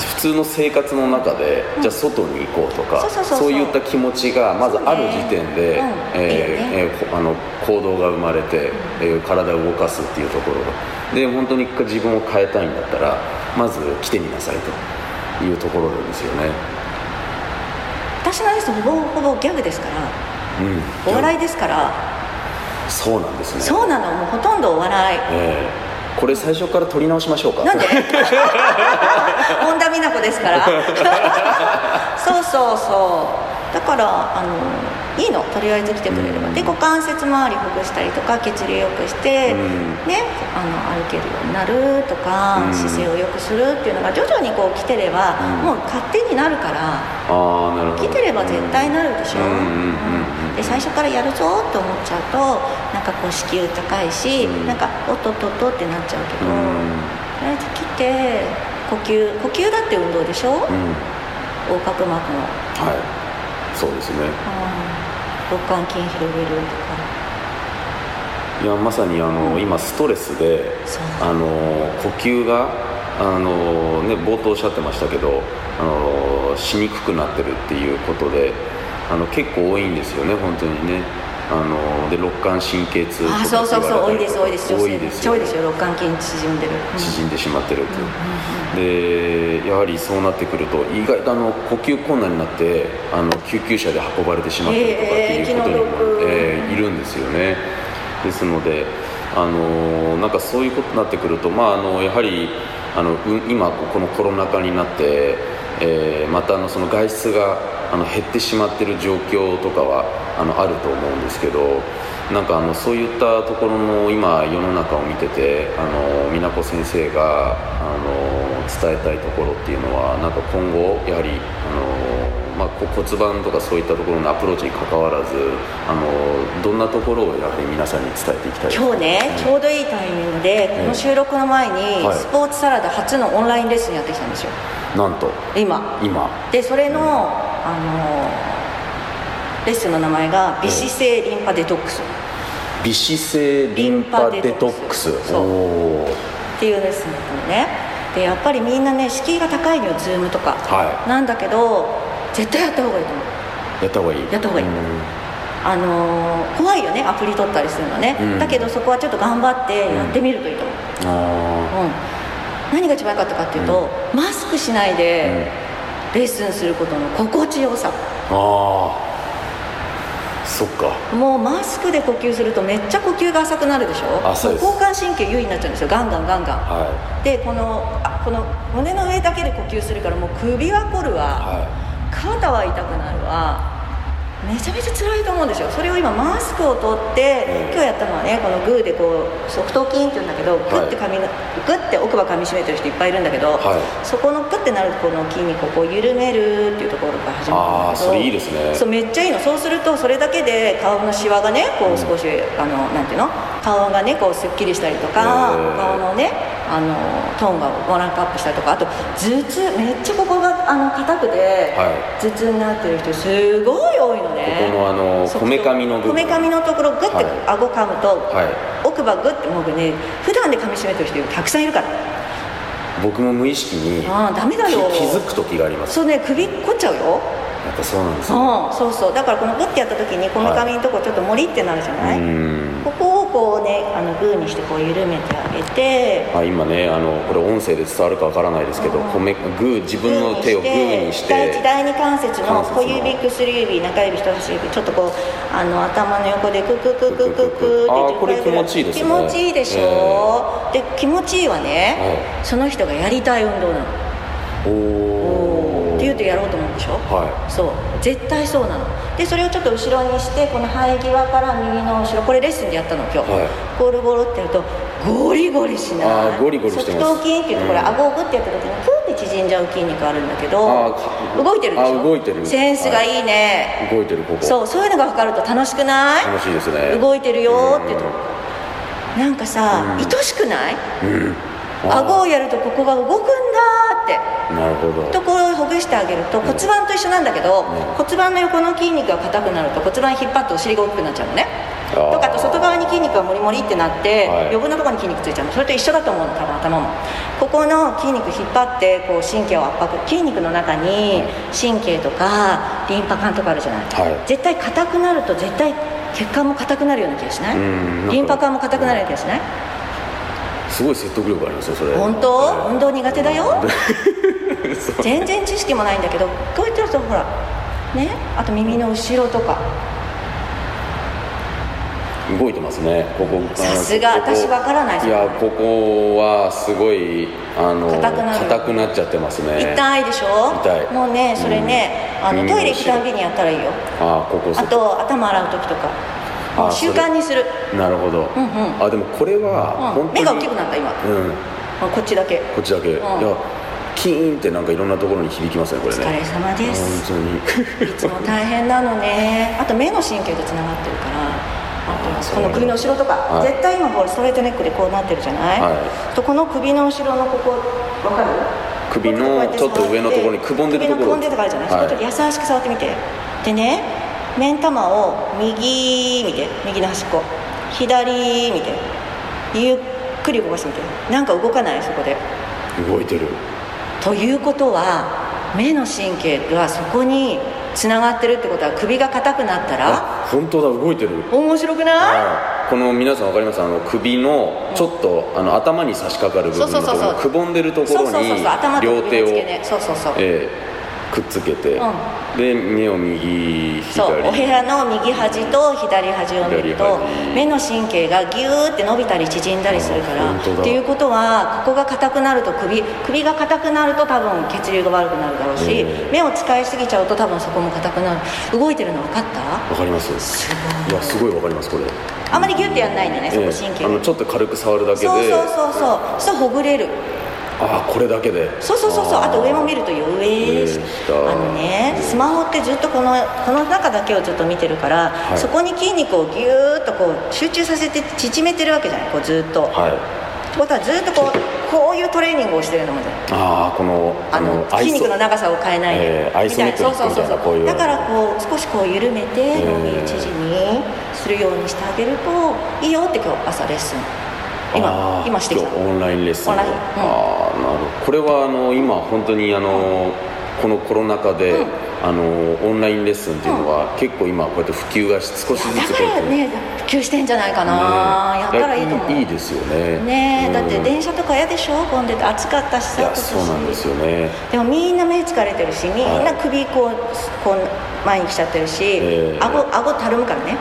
Speaker 2: 普通の生活の中で、じゃあ外に行こうとか
Speaker 3: そうそうそうそう
Speaker 2: いった気持ちがまずある時点で、
Speaker 3: そうねうんいい
Speaker 2: えーえーこあの行動が生まれて、えー体を動かすっていうところがで本当に自分を変えたいんだったらまず来てみなさいというところなんですよね、
Speaker 3: ん私のやつほぼほぼギャグですから
Speaker 2: うん、
Speaker 3: お笑
Speaker 2: い
Speaker 3: いですから、
Speaker 2: そうなんですね
Speaker 3: そうなのもうほとんどお笑い
Speaker 2: えーこれ最初から取り直しましょうか
Speaker 3: なんで本田美奈子ですから そうそうそうだからあのいいのとりあえず来てくれれば、
Speaker 2: うん
Speaker 3: で股関節周りほぐしたりとか血流良くして、
Speaker 2: うん
Speaker 3: ねあの歩けるようになるとか、
Speaker 2: うん
Speaker 3: 姿勢を良くするっていうのが徐々にこう来てれば、
Speaker 2: うん
Speaker 3: もう勝手になるから
Speaker 2: ああなるほど
Speaker 3: 来てれば絶対なるでしょ、
Speaker 2: うんうんうんうん
Speaker 3: で最初からやるぞって思っちゃうとなんかこう子宮高いし、
Speaker 2: うん
Speaker 3: なんかおっとっとっとってなっちゃうけ
Speaker 2: う
Speaker 3: ど、
Speaker 2: ん
Speaker 3: とりあえず来て呼吸呼吸だって運動でしょ、
Speaker 2: うん
Speaker 3: 横隔膜の、うん、
Speaker 2: はいそうですね
Speaker 3: 肋間筋広げるとか
Speaker 2: いやまさにあの今ストレスで
Speaker 3: そう
Speaker 2: あの呼吸があの、ね、冒頭おっしゃってましたけどあのしにくくなってるっていうことであの結構多いんですよね本当にねあので肋間神経痛とか
Speaker 3: あそうそうそう多いです多いです
Speaker 2: 多
Speaker 3: 女
Speaker 2: い
Speaker 3: 性
Speaker 2: です
Speaker 3: 多
Speaker 2: よ
Speaker 3: いですよ肋間筋縮んでる、うん
Speaker 2: 縮んでしまってるという、でやはりそうなってくると意外とあの呼吸困難になってあの救急車で運ばれてしまったりとかっていうことにも
Speaker 3: えー気の、毒
Speaker 2: えーいるんですよねですのであのーなんかそういうことになってくると、まあ、あのやはりあのう今このコロナ禍になって、えーまたあのその外出があの減ってしまってる状況とかはあのあると思うんですけどなんかあのそういったところの今世の中を見ててあの美奈子先生があの伝えたいところっていうのはなんか今後やはりあの、まあ、こ骨盤とかそういったところのアプローチに関わらずあのどんなところをやはり皆さんに伝えていきたいですか
Speaker 3: 今日ねちょうどいいタイミングでこの収録の前に
Speaker 2: はい
Speaker 3: スポーツサラダ初のオンラインレッスンやってきたんですよ
Speaker 2: なんと
Speaker 3: 今
Speaker 2: 今
Speaker 3: でそれの、あのレッスンの名前が美姿勢リンパデトックス、
Speaker 2: 美姿勢リンパデトックス
Speaker 3: リンパデトックスそう
Speaker 2: おー
Speaker 3: っていうんですもんねでやっぱりみんなね敷居が高いのよズームとか、
Speaker 2: は
Speaker 3: なんだけど絶対やった方がいいと思う
Speaker 2: やった方がいい
Speaker 3: やった方がいい
Speaker 2: うん
Speaker 3: あのー怖いよねアプリ取ったりするのね、
Speaker 2: うん
Speaker 3: だけどそこはちょっと頑張ってやってみるといいと思う、
Speaker 2: あ
Speaker 3: うん何が一番良かったかっていうと、マスクしないでレッスンすることの心地よさ
Speaker 2: ーあーそっか
Speaker 3: もうマスクで呼吸するとめっちゃ呼吸が浅くなるでしょ
Speaker 2: あそうです
Speaker 3: も交感神経優位になっちゃうんですよガンガンガンガン
Speaker 2: は
Speaker 3: でこのあこの胸の上だけで呼吸するからもう首は凝るわ、
Speaker 2: いは
Speaker 3: 肩は痛くなるわめちゃめちゃ辛いと思うんですよそれを今マスクを取って、
Speaker 2: うん
Speaker 3: 今日やったのはねこのグーでこう側頭筋って言うんだけどグッて髪の、グッて奥歯噛みしめてる人いっぱいいるんだけど、
Speaker 2: はい
Speaker 3: そこのグッてなるこの筋肉をこう緩めるっていうところから始まるんだけど
Speaker 2: あーそれいいですね
Speaker 3: そうめっちゃいいのそうするとそれだけで顔のシワがねこう少し、あのなんていうの顔がねこうすっきりしたりとか、
Speaker 2: へー
Speaker 3: お顔のねあのトーンがワンランクアップしたりとかあと頭痛めっちゃここがあの硬くて、
Speaker 2: は
Speaker 3: 頭痛になってる人すごい多いのね
Speaker 2: ここのあの
Speaker 3: そう
Speaker 2: こめかみの部分
Speaker 3: こめかみのところグッて
Speaker 2: はい
Speaker 3: 顎噛むと、
Speaker 2: いはい
Speaker 3: 奥歯グッてもうね普段で噛みしめてる人たくさんいるから
Speaker 2: 僕も無意識に
Speaker 3: ああダメだ
Speaker 2: き
Speaker 3: よ
Speaker 2: 気づく時があります
Speaker 3: そうね首凝っちゃうよ
Speaker 2: やっぱそうなんですね
Speaker 3: うんそうそうだからこのグッてやった時にこめかみのとこちょっとモリってなるじゃない、
Speaker 2: うん
Speaker 3: ここをこうねあのグーにしてこう緩めてあげて
Speaker 2: あ今ねあのこれ音声で伝わるかわからないですけどこめグー自分の手をグーにして
Speaker 3: 第一第二関節の
Speaker 2: 関節の
Speaker 3: 小指薬指中指人差し指ちょっとこうあの頭の横でククククククって
Speaker 2: あー
Speaker 3: 10
Speaker 2: これ
Speaker 3: 回ぐ
Speaker 2: 気
Speaker 3: ら
Speaker 2: 持ちいいですね
Speaker 3: 気持ちいいでしょ、で気持ちいいはね、
Speaker 2: は
Speaker 3: その人がやりたい運動なの
Speaker 2: おお
Speaker 3: って言うと
Speaker 2: や
Speaker 3: やろうと思うでしょ、
Speaker 2: は
Speaker 3: そう絶対そうなのでそれをちょっと後ろにしてこの生え際から右の後ろこれレッスンでやったの今日、
Speaker 2: はい
Speaker 3: ゴロゴロってやるとゴリゴリしない
Speaker 2: あーゴリゴリしてます
Speaker 3: 側頭筋っていうとこれ、
Speaker 2: うん
Speaker 3: 顎をグッてやった時にクーって縮んじゃう筋肉あるんだけど
Speaker 2: あーか
Speaker 3: 動いてるでしょ
Speaker 2: あ動いてる
Speaker 3: センスがいいね、
Speaker 2: い動いてるここ
Speaker 3: そうそういうのが分かると楽しくない
Speaker 2: 楽しいですね
Speaker 3: 動いてるよーってとこなんかさ、
Speaker 2: うん
Speaker 3: 愛しくない
Speaker 2: うん
Speaker 3: 顎
Speaker 2: あ
Speaker 3: をやるとここが動くんだーって
Speaker 2: ーなるほど
Speaker 3: ところをほぐしてあげると骨盤と一緒なんだけど、
Speaker 2: ん
Speaker 3: 骨盤の横の筋肉が硬くなると骨盤引っ張ってお尻が大きくなっちゃうのね
Speaker 2: あー
Speaker 3: とかあと外側に筋肉がモリモリってなって、
Speaker 2: はい
Speaker 3: 余分なところに筋肉ついちゃうのそれと一緒だと思うの多分頭もここの筋肉引っ張ってこう神経を圧迫筋肉の中に神経とかリンパ管とかあるじゃない、
Speaker 2: はい
Speaker 3: 絶対硬くなると絶対血管も硬くなるような気がしない
Speaker 2: うんなんか
Speaker 3: リンパ管も硬くなるような気がしない
Speaker 2: すごい説得力ありますよそれ
Speaker 3: 本当運動苦手だ よ
Speaker 2: そう
Speaker 3: 全然知識もないんだけどこうやってるとほらねあと耳の後ろとか
Speaker 2: 動いてますねここあ
Speaker 3: さすが
Speaker 2: ここ
Speaker 3: 私わからない
Speaker 2: いやここはすごいあの
Speaker 3: 硬くなる
Speaker 2: くなっちゃってますね
Speaker 3: 痛いでしょ
Speaker 2: 痛い
Speaker 3: もうねそれね、
Speaker 2: うん
Speaker 3: あの
Speaker 2: 耳の後ろ
Speaker 3: トイレ行くたんびにやったらいいよ
Speaker 2: あーここそ
Speaker 3: あと頭洗う時とかもう
Speaker 2: あ
Speaker 3: 習慣にする
Speaker 2: なるほど、
Speaker 3: うんうん
Speaker 2: あでもこれは
Speaker 3: う
Speaker 2: 本当に
Speaker 3: ん、目が大きくなった
Speaker 2: う
Speaker 3: 今、
Speaker 2: ん
Speaker 3: あこっちだけ
Speaker 2: こっちだけ、いやキーンってなんかいろんなところに響きますねこ
Speaker 3: お
Speaker 2: れ
Speaker 3: 疲
Speaker 2: ね
Speaker 3: れ様です
Speaker 2: 本当
Speaker 3: い
Speaker 2: に
Speaker 3: つも大変なのねあと目の神経とつながってるから
Speaker 2: あ
Speaker 3: あ
Speaker 2: ー
Speaker 3: とこの首の後ろとか、
Speaker 2: はい
Speaker 3: 絶対今ほらストレートネックでこうなってるじゃない、
Speaker 2: は
Speaker 3: とこの首の後ろのここわかる
Speaker 2: 首の
Speaker 3: こうやて
Speaker 2: ちょっと上のところにくぼんでるところ
Speaker 3: 首のくぼんでるとこあるじゃない、
Speaker 2: はい
Speaker 3: そこちょっと優しく触ってみてでね目ん玉を右見て右の端っこ左見てゆっくり動かしてみてなんか動かないそこで
Speaker 2: 動いてる
Speaker 3: ということは目の神経がそこにつながってるってことは首が硬くなったら
Speaker 2: あ本当だ動いてる
Speaker 3: 面白くない
Speaker 2: この皆さん分かりますあの首のちょっとあの頭に差し掛かる部分のとこ
Speaker 3: そうそう
Speaker 2: ろ
Speaker 3: そうそ
Speaker 2: く
Speaker 3: う
Speaker 2: ぼんでるとこ
Speaker 3: そう
Speaker 2: ろ
Speaker 3: そうそうそう頭
Speaker 2: に
Speaker 3: と
Speaker 2: 両
Speaker 3: 首
Speaker 2: 手を
Speaker 3: の付け根そうそうそう
Speaker 2: ええくっつけて、
Speaker 3: うん
Speaker 2: で目を右左
Speaker 3: そうお部屋の右端と左端を見
Speaker 2: 左
Speaker 3: ると
Speaker 2: 端
Speaker 3: 目の神経がギューって伸びたり縮んだりするか
Speaker 2: あ
Speaker 3: ら
Speaker 2: 本当だ
Speaker 3: っていうことはここが硬くなると首首が硬くなると多分血流が悪くなるだろうし
Speaker 2: うん
Speaker 3: 目を使いすぎちゃうと多分そこも硬くなる動いてるの分かった
Speaker 2: わかりますいやすごいわかりますこれ
Speaker 3: あんまりギューってやんないんだねそこ
Speaker 2: ええ
Speaker 3: 神経
Speaker 2: あの
Speaker 3: が
Speaker 2: ちょっと軽く触るだけで
Speaker 3: そうそうそうそうそうほぐれる
Speaker 2: ああこれだけで
Speaker 3: そうそうそうそうあと上も見るとよ上
Speaker 2: 上下
Speaker 3: あのねスマホってずっとこのこの中だけをずっと見てるから、
Speaker 2: い
Speaker 3: そこに筋肉をギューッとこう集中させて縮めてるわけじゃないこうずっと、
Speaker 2: はい
Speaker 3: ってことはずっとこうこういうトレーニングをしてるのもじゃない
Speaker 2: ああこの
Speaker 3: あの筋肉の
Speaker 2: 中
Speaker 3: 長さを変えないで、
Speaker 2: えーアイソメトリックみたいなこういう
Speaker 3: だからこう少しこう緩め
Speaker 2: ー
Speaker 3: て伸び縮みするようにしてあげるといいよって今日朝レッスン今
Speaker 2: あー
Speaker 3: 今してきた
Speaker 2: 今日オンラインレッスンを
Speaker 3: オンラインうん
Speaker 2: あーなるほどこれはあの今本当にあのこのコロナ禍で、
Speaker 3: うん
Speaker 2: あのオンラインレッスンっていうのは、結構今こうやって普及が少しず
Speaker 3: だ
Speaker 2: つ
Speaker 3: か
Speaker 2: こうやって
Speaker 3: らね普及してんじゃないかな、
Speaker 2: ね
Speaker 3: やったらいいと思う
Speaker 2: いいですよね
Speaker 3: ね
Speaker 2: う
Speaker 3: え
Speaker 2: ん
Speaker 3: だって電車とか嫌でしょ混んでて暑かったし
Speaker 2: い
Speaker 3: さ
Speaker 2: やそうなんですよね
Speaker 3: でもみんな目疲れてるしみん
Speaker 2: は
Speaker 3: ない首こうこう前に来ちゃってるし、
Speaker 2: ええ
Speaker 3: 顎顎たるむからね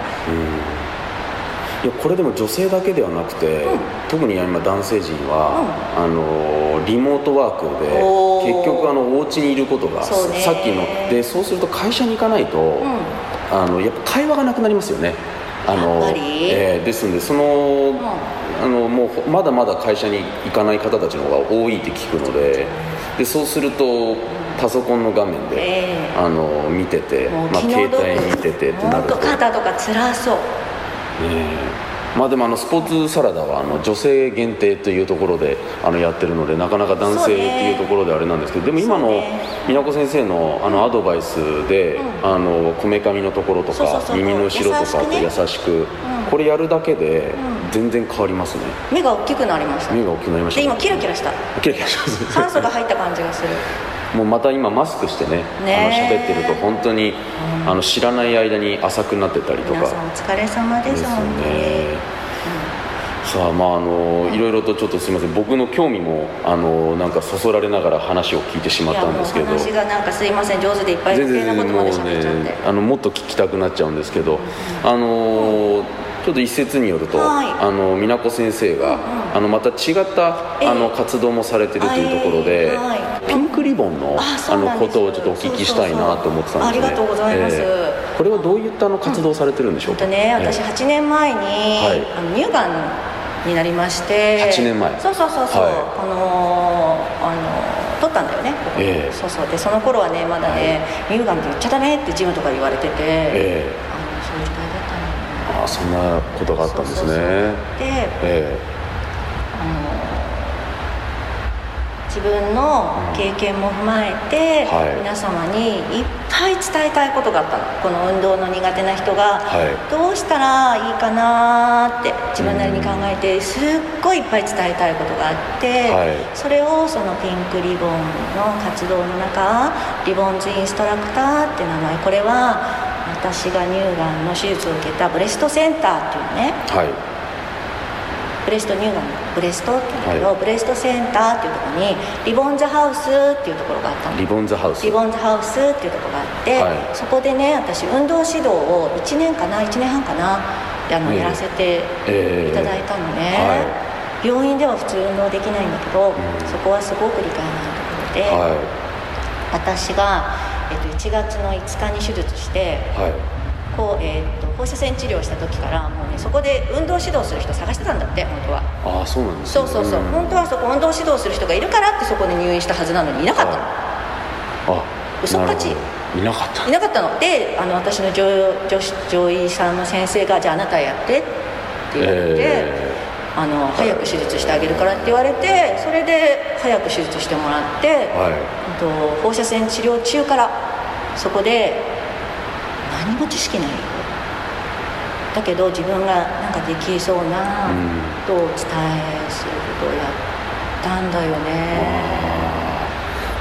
Speaker 2: いやこれでも女性だけではなくて、特に今男性陣は、あのリモートワークで
Speaker 3: おー
Speaker 2: 結局あのお家にいることが
Speaker 3: そうね
Speaker 2: さっきのでそうすると会社に行かないと、あのやっぱ会話がなくなりますよねあの
Speaker 3: やっぱり
Speaker 2: えーですのでその,、あのもうほまだまだ会社に行かない方たちの方が多いって聞くのででそうするとパソコンの画面で、
Speaker 3: ええ
Speaker 2: あの見てて、
Speaker 3: もう
Speaker 2: まあ、
Speaker 3: 気
Speaker 2: 携
Speaker 3: の毒
Speaker 2: 帯見ててってな
Speaker 3: ほ
Speaker 2: る
Speaker 3: ん
Speaker 2: と
Speaker 3: と肩とか辛そう
Speaker 2: まあでもあのスポーツサラダはあの女性限定というところであのやってるのでなかなか男性
Speaker 3: そ
Speaker 2: っ
Speaker 3: う
Speaker 2: て
Speaker 3: ね
Speaker 2: いうところであれなんですけどでも今
Speaker 3: そう
Speaker 2: の
Speaker 3: ね
Speaker 2: 美奈子先生のあのアドバイスであのこめかみのところと
Speaker 3: そうそう
Speaker 2: か
Speaker 3: そう
Speaker 2: 耳の後ろとかって優
Speaker 3: 優しくね
Speaker 2: しくこれやるだけで全然変わりますね
Speaker 3: 目が大きくなりました
Speaker 2: 目が大きくなりました
Speaker 3: で
Speaker 2: ね
Speaker 3: 今キラキラした
Speaker 2: キラキラします
Speaker 3: 酸素が入った感じ がする
Speaker 2: もうまた今マスクしてね
Speaker 3: ね
Speaker 2: あの喋ってると本当にあの知らない間に浅くなってたりと
Speaker 3: 皆
Speaker 2: か
Speaker 3: さんお疲れ様で
Speaker 2: です
Speaker 3: す
Speaker 2: よ
Speaker 3: 本当
Speaker 2: ね
Speaker 3: に。
Speaker 2: さあまああのいろいろとちょっとすみません僕の興味もあのなんかそそられながら話を聞いてしま
Speaker 3: い
Speaker 2: っ
Speaker 3: や
Speaker 2: た
Speaker 3: も
Speaker 2: ん
Speaker 3: う
Speaker 2: で
Speaker 3: お
Speaker 2: すけど
Speaker 3: 話がなんかすいません上手でいっぱい
Speaker 2: 全
Speaker 3: 余計
Speaker 2: 然
Speaker 3: なことま
Speaker 2: もう
Speaker 3: で喋っちゃって、
Speaker 2: ねあのもっと聞きたくなっちゃうんですけどあのちょっと一説によると、
Speaker 3: はい
Speaker 2: あの美奈子先生が、あのまた違った
Speaker 3: ええ
Speaker 2: あの活動もされてるというところで、
Speaker 3: ええはい
Speaker 2: ピンクリボンの
Speaker 3: あ
Speaker 2: あ
Speaker 3: そう
Speaker 2: の
Speaker 3: なん
Speaker 2: こ
Speaker 3: です
Speaker 2: とをちょっとお聞きしたいなと思ってたんですね。
Speaker 3: そうそうそうありがとうございます
Speaker 2: これはどういったあの活動をされてるんでしょう
Speaker 3: えっと
Speaker 2: か。
Speaker 3: ね、
Speaker 2: ええ
Speaker 3: 私8年前に、
Speaker 2: はい
Speaker 3: あの乳がんになりまして
Speaker 2: 8年前
Speaker 3: そうそうそうそう、
Speaker 2: はい
Speaker 3: あのーあのー取ったんだよね、
Speaker 2: ええ
Speaker 3: そうそうでその頃はねまだね、乳がんって言っちゃダメってジムとかで言われてて、
Speaker 2: え
Speaker 3: あのそういう時代だったんだよね
Speaker 2: えあそんなことがあったんです
Speaker 3: そう
Speaker 2: ね。
Speaker 3: そうそうで
Speaker 2: え
Speaker 3: 自分の経験も踏まえて、
Speaker 2: はい
Speaker 3: 皆様にいっぱい伝えたいことがあったのこの運動の苦手な人
Speaker 2: は
Speaker 3: が、
Speaker 2: い
Speaker 3: どうしたらいいかなーって自分なりに考えてすっごいいっぱい伝えたいことがあって、
Speaker 2: はい
Speaker 3: それをそのピンクリボンの活動の中リボンズインストラクターって名前これは私が乳がんの手術を受けたブレストセンターっていうね
Speaker 2: えはい
Speaker 3: ブレスト乳がんのブレストっていうの
Speaker 2: は
Speaker 3: をブレストセンターっていうところにリボンズハウスっていうところがあったの
Speaker 2: リボンズハウス
Speaker 3: リボンズハウスっていうところがあって、
Speaker 2: はい
Speaker 3: そこでね私運動指導を1年かな1年半かなあの、
Speaker 2: ええ
Speaker 3: やらせていただいたのね、
Speaker 2: は
Speaker 3: 病院では普通運動できないんだけど、
Speaker 2: ん
Speaker 3: そこはすごく理解のあるところで、
Speaker 2: は
Speaker 3: 私が、えっと、1月の5日に手術して
Speaker 2: いは
Speaker 3: こう、えっと放射線治療した時からもうねそこで運動指導する人探してたんだって本当は。
Speaker 2: いああそうなんです
Speaker 3: そ
Speaker 2: ね
Speaker 3: うそうそう、
Speaker 2: ん
Speaker 3: 本当はそこ運動指導する人がいるからってそこに入院したはずなのにいなかったの、
Speaker 2: あ
Speaker 3: 嘘っぱち
Speaker 2: なるほどいなかった
Speaker 3: いなかったのであの私の上上上医さんの先生が「じゃああなたやって」って言って、
Speaker 2: え
Speaker 3: あの早く手術してあげるからって言われてそれで早く手術してもらって、
Speaker 2: は
Speaker 3: うんと放射線治療中からそこで何も知識ないよだけど自分がなんかできそうな
Speaker 2: うん
Speaker 3: ことを伝えすることをやったんだよね、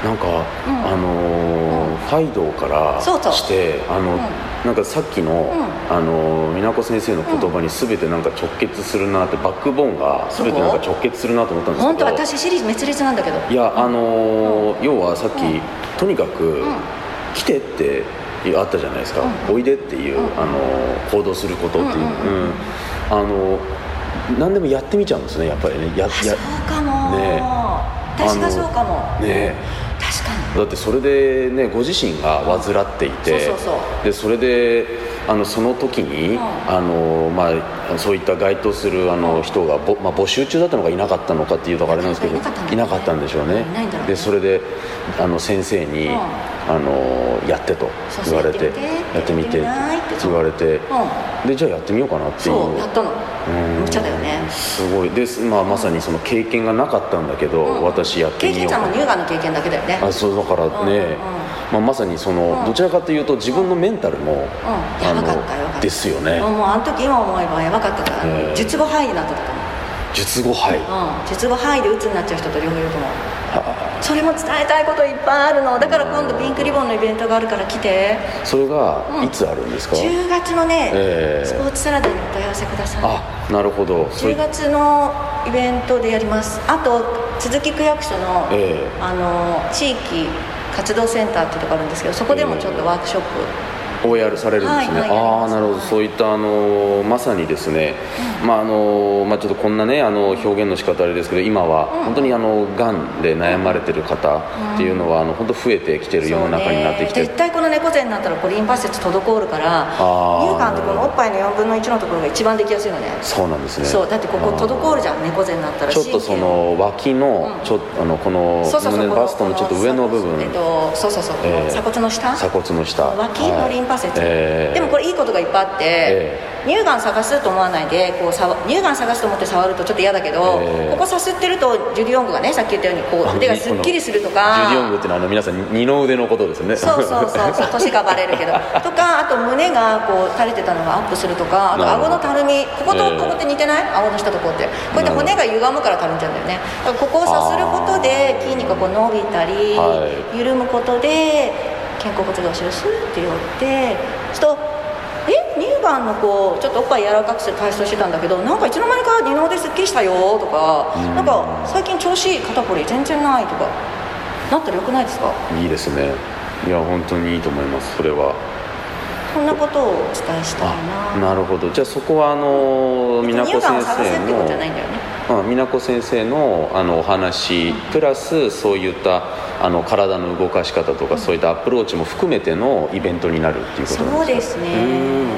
Speaker 2: いなんか、
Speaker 3: うん
Speaker 2: あのーファイドから
Speaker 3: そうそう
Speaker 2: してあの、
Speaker 3: うん
Speaker 2: なんかさっきの、
Speaker 3: ん
Speaker 2: あのー美奈子先生の言葉に全てなんか直結するなって、バックボーンが全てなんか直結するなと思ったんですけど
Speaker 3: 本当私私立滅裂なんだけど
Speaker 2: いやあのー要はさっき、とにかく、
Speaker 3: ん
Speaker 2: 来てってあったじゃないですか、おいでっていう、あのー行動することっていう、
Speaker 3: うん
Speaker 2: うんあのー何でもやってみちゃうんですねやっぱりねや
Speaker 3: あ
Speaker 2: や
Speaker 3: そうかも、
Speaker 2: ねえ
Speaker 3: 私がそうかも
Speaker 2: あのねえ
Speaker 3: 確かに
Speaker 2: だってそれでねご自身が患っていて、
Speaker 3: そうそうそ
Speaker 2: でそれであのその時に、
Speaker 3: うん
Speaker 2: あのまあ、そういった該当するあの人が、ぼまあ、募集中だったのかいなかったのかっていうとあれなんですけど
Speaker 3: いなかったんだね
Speaker 2: いなかったんでしょうね
Speaker 3: いないんだろうね
Speaker 2: でそれであの先生に、
Speaker 3: うん
Speaker 2: あのやってと
Speaker 3: そうそ
Speaker 2: 言
Speaker 3: う
Speaker 2: われて
Speaker 3: や
Speaker 2: やって
Speaker 3: っ
Speaker 2: て
Speaker 3: み
Speaker 2: み
Speaker 3: て
Speaker 2: て
Speaker 3: って
Speaker 2: 言われて、でじゃあやってみようかなっていう
Speaker 3: そうやったの
Speaker 2: うん
Speaker 3: むっちゃだよね
Speaker 2: すごいです、まあ、まさにその経験がなかったんだけど、
Speaker 3: うん
Speaker 2: 私やって
Speaker 3: 経
Speaker 2: みよう
Speaker 3: 験
Speaker 2: か
Speaker 3: 者
Speaker 2: な
Speaker 3: も乳がんの経験だけだよね
Speaker 2: あそうだからね、
Speaker 3: うんうんうん
Speaker 2: まあ、まさにその、
Speaker 3: うん
Speaker 2: どちらかというと自分のメンタルも、あ
Speaker 3: やばかったよ
Speaker 2: のですよね、
Speaker 3: もうあの時今思えばやばかったから、
Speaker 2: へえ
Speaker 3: 術後肺になってたから
Speaker 2: 術後肺
Speaker 3: うん、術後範囲で鬱になっちゃう人と両方いると思うそれも伝えたいこといっぱいあるのだから今度ピンクリボンのイベントがあるから来て
Speaker 2: それが
Speaker 3: うん
Speaker 2: いつあるんですか、
Speaker 3: 10月のね、
Speaker 2: ええ
Speaker 3: スポーツサラダにお問い合わせください
Speaker 2: あなるほどそれ
Speaker 3: 10月のイベントでやりますあと鈴木区役所の,、
Speaker 2: ええ
Speaker 3: あの地域活動センターっていうとこあるんですけどそこでもちょっとワークショップ、
Speaker 2: OR されるんですね、
Speaker 3: はいはい
Speaker 2: あ
Speaker 3: や
Speaker 2: あ
Speaker 3: ります
Speaker 2: なるほど、
Speaker 3: はい
Speaker 2: そういったあのまさにですね、まああのまあ、ちょっとこんなねあの表現の仕方あれですけど今は
Speaker 3: うん
Speaker 2: 本当にあのがんで悩まれてる方っていうのは、あの本当増えてきてる世の中になってき
Speaker 3: そう
Speaker 2: て
Speaker 3: ね絶対この猫背になったらこうリンパ節滞るから
Speaker 2: あー
Speaker 3: 乳がんってこのおっぱいの4分の1のところが一番できやすいよね
Speaker 2: そうなんですね
Speaker 3: そうだってここ
Speaker 2: あー
Speaker 3: 滞るじゃん猫背になったら
Speaker 2: ちょっとその脇の、
Speaker 3: うん
Speaker 2: ちょっとあのこの
Speaker 3: そうそうそう
Speaker 2: 胸の
Speaker 3: この
Speaker 2: バストのちょっと上の部分、
Speaker 3: えっと、そうそうそう、この
Speaker 2: ええ
Speaker 3: 鎖骨の下
Speaker 2: 鎖骨の下
Speaker 3: 脇
Speaker 2: は
Speaker 3: の
Speaker 2: い
Speaker 3: リンパ節、
Speaker 2: ええ
Speaker 3: でもこれいいことがいっぱいあって、
Speaker 2: え
Speaker 3: 乳がん探すと思わないでこう触乳がん探すと思って触るとちょっと嫌だけど、
Speaker 2: ええ
Speaker 3: ここさすってるとジュディ・オングがねさっき言ったようにこう腕がすっきりするとか
Speaker 2: ジュディ・オングっていうのはあの皆さん二の腕のことですよね
Speaker 3: そうそうそうそう年がバレるけどとかあと胸がこう垂れてたのがアップするとかあと
Speaker 2: なるほ
Speaker 3: 顎
Speaker 2: ど
Speaker 3: のたるみここと
Speaker 2: ええ
Speaker 3: ここって似てない、顎の下とこうってこうやって骨が歪むからたるんじゃうんだよねだからここをさすることで筋肉がこう伸びたり、
Speaker 2: は
Speaker 3: 緩むことで肩甲骨が後ろスーって寄ってちょっとえ乳がんのこうちょっとおっぱい柔らかくする体操してたんだけどなんかいつの間にか二の腕すっきりしたよとか、
Speaker 2: うん
Speaker 3: なんか最近調子いい肩こり全然ないとかなったらよくないですか
Speaker 2: いいですねいや本当にいいと思いますそれは
Speaker 3: そんなことをお伝えしたいな。
Speaker 2: なるほどじゃあそこはあの美奈子
Speaker 3: 乳が
Speaker 2: 先
Speaker 3: んを探すっ
Speaker 2: 生
Speaker 3: てことじゃないん
Speaker 2: の
Speaker 3: だよね。
Speaker 2: うん美奈子先生のあのお話プラスそういったあの体の動かし方とかそういったアプローチも含めてのイベントになるっていうことなんですか
Speaker 3: そうですね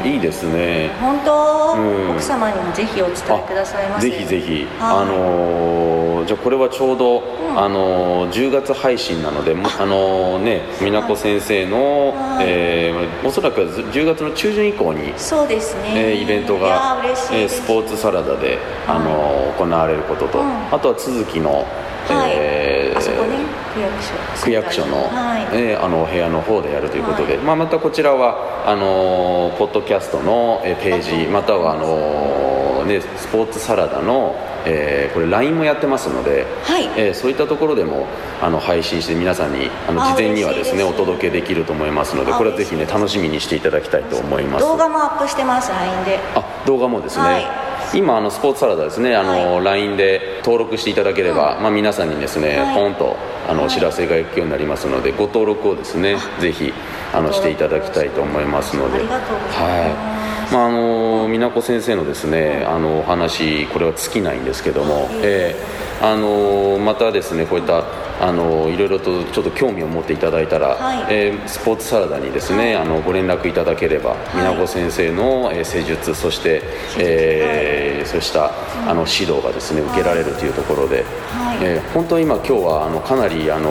Speaker 2: うんいいですね
Speaker 3: 本当、
Speaker 2: うん
Speaker 3: 奥様にもぜひお伝えくださいませ。
Speaker 2: ぜひぜひ、
Speaker 3: はい
Speaker 2: あのーじゃあこれはちょうど、
Speaker 3: ん
Speaker 2: あのー10月配信なのでもあのーね美奈子先生の、
Speaker 3: はい
Speaker 2: えーおそらくず10月の中旬以降に、
Speaker 3: そうです
Speaker 2: え
Speaker 3: ね。
Speaker 2: ーイベント
Speaker 3: いや
Speaker 2: が、
Speaker 3: 嬉しい
Speaker 2: えー
Speaker 3: です、
Speaker 2: スポーツサラダで、あのー行われることと、
Speaker 3: うん
Speaker 2: あとは都築の、
Speaker 3: はい、
Speaker 2: えー
Speaker 3: あそこね、区役所。
Speaker 2: 区役所の,、
Speaker 3: はい。
Speaker 2: えーあのお部屋の方でやるということで、
Speaker 3: は
Speaker 2: まあ、またこちらはあのーポッドキャストの、えーページまたはあのーね、スポーツサラダの、えーこれ LINE もやってますので、
Speaker 3: はい
Speaker 2: えーそういったところでもあの配信して皆さんにあの
Speaker 3: あ
Speaker 2: 事前にはですね
Speaker 3: 嬉しい
Speaker 2: お
Speaker 3: です
Speaker 2: 届けできると思いますので
Speaker 3: あ
Speaker 2: これはぜひね
Speaker 3: 嬉しいです
Speaker 2: 楽しみにしていただきたいと思います
Speaker 3: 動画もアップしてます、LINE で。
Speaker 2: あ動画もですね、
Speaker 3: はい
Speaker 2: 今あのスポーツサラダですねあの、
Speaker 3: は
Speaker 2: LINE で登録していただければ、まあ、皆さんにですね、
Speaker 3: はい
Speaker 2: ポンとあの、
Speaker 3: はい
Speaker 2: お知らせが行くようになりますのでご登録をですねぜひあの
Speaker 3: ご登録
Speaker 2: していただきたいと思いますので
Speaker 3: ありがとうございま
Speaker 2: はいまああの美奈子先生のですねあのお話これは尽きないんですけども、ええあのまたですねこういったあのいろいろとちょっと興味を持っていただいたら、
Speaker 3: はい
Speaker 2: えースポーツサラダにですね、あのご連絡いただければ、美奈子先生の、えー施術そして、えーそうしたあの指導がですね受けられるというところで、
Speaker 3: はい
Speaker 2: えー本当に今今日はあのかなりあの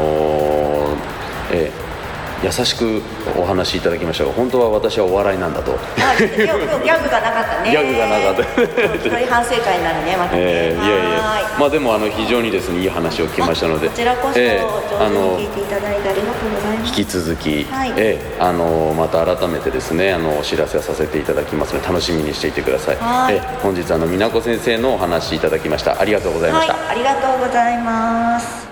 Speaker 2: ーえー優しくお話しいただきましたが本当は私はお笑いなんだと、
Speaker 3: あ今日今日ギャグがなかった ね。
Speaker 2: ギャグがなかった
Speaker 3: 一人反省会になるね、またね。
Speaker 2: えーいやい
Speaker 3: はー
Speaker 2: やまあでもあの非常にですねいい話を聞きましたので
Speaker 3: こちらこそ、
Speaker 2: えーあ
Speaker 3: 上
Speaker 2: の
Speaker 3: 手に聞いていただいてありがとうございます。
Speaker 2: 引き続き、
Speaker 3: はい
Speaker 2: ええあのまた改めてですねあのお知らせをさせていただきますので楽しみにしていてください、
Speaker 3: はい
Speaker 2: ええ本日あの美奈子先生のお話いただきましたありがとうございました、
Speaker 3: はい、ありがとうございます。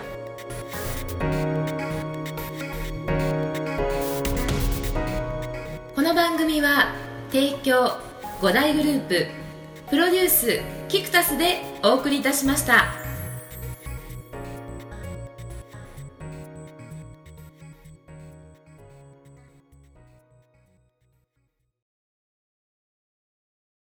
Speaker 1: この番組は提供五大グループプロデュースキクタスでお送りいたしました。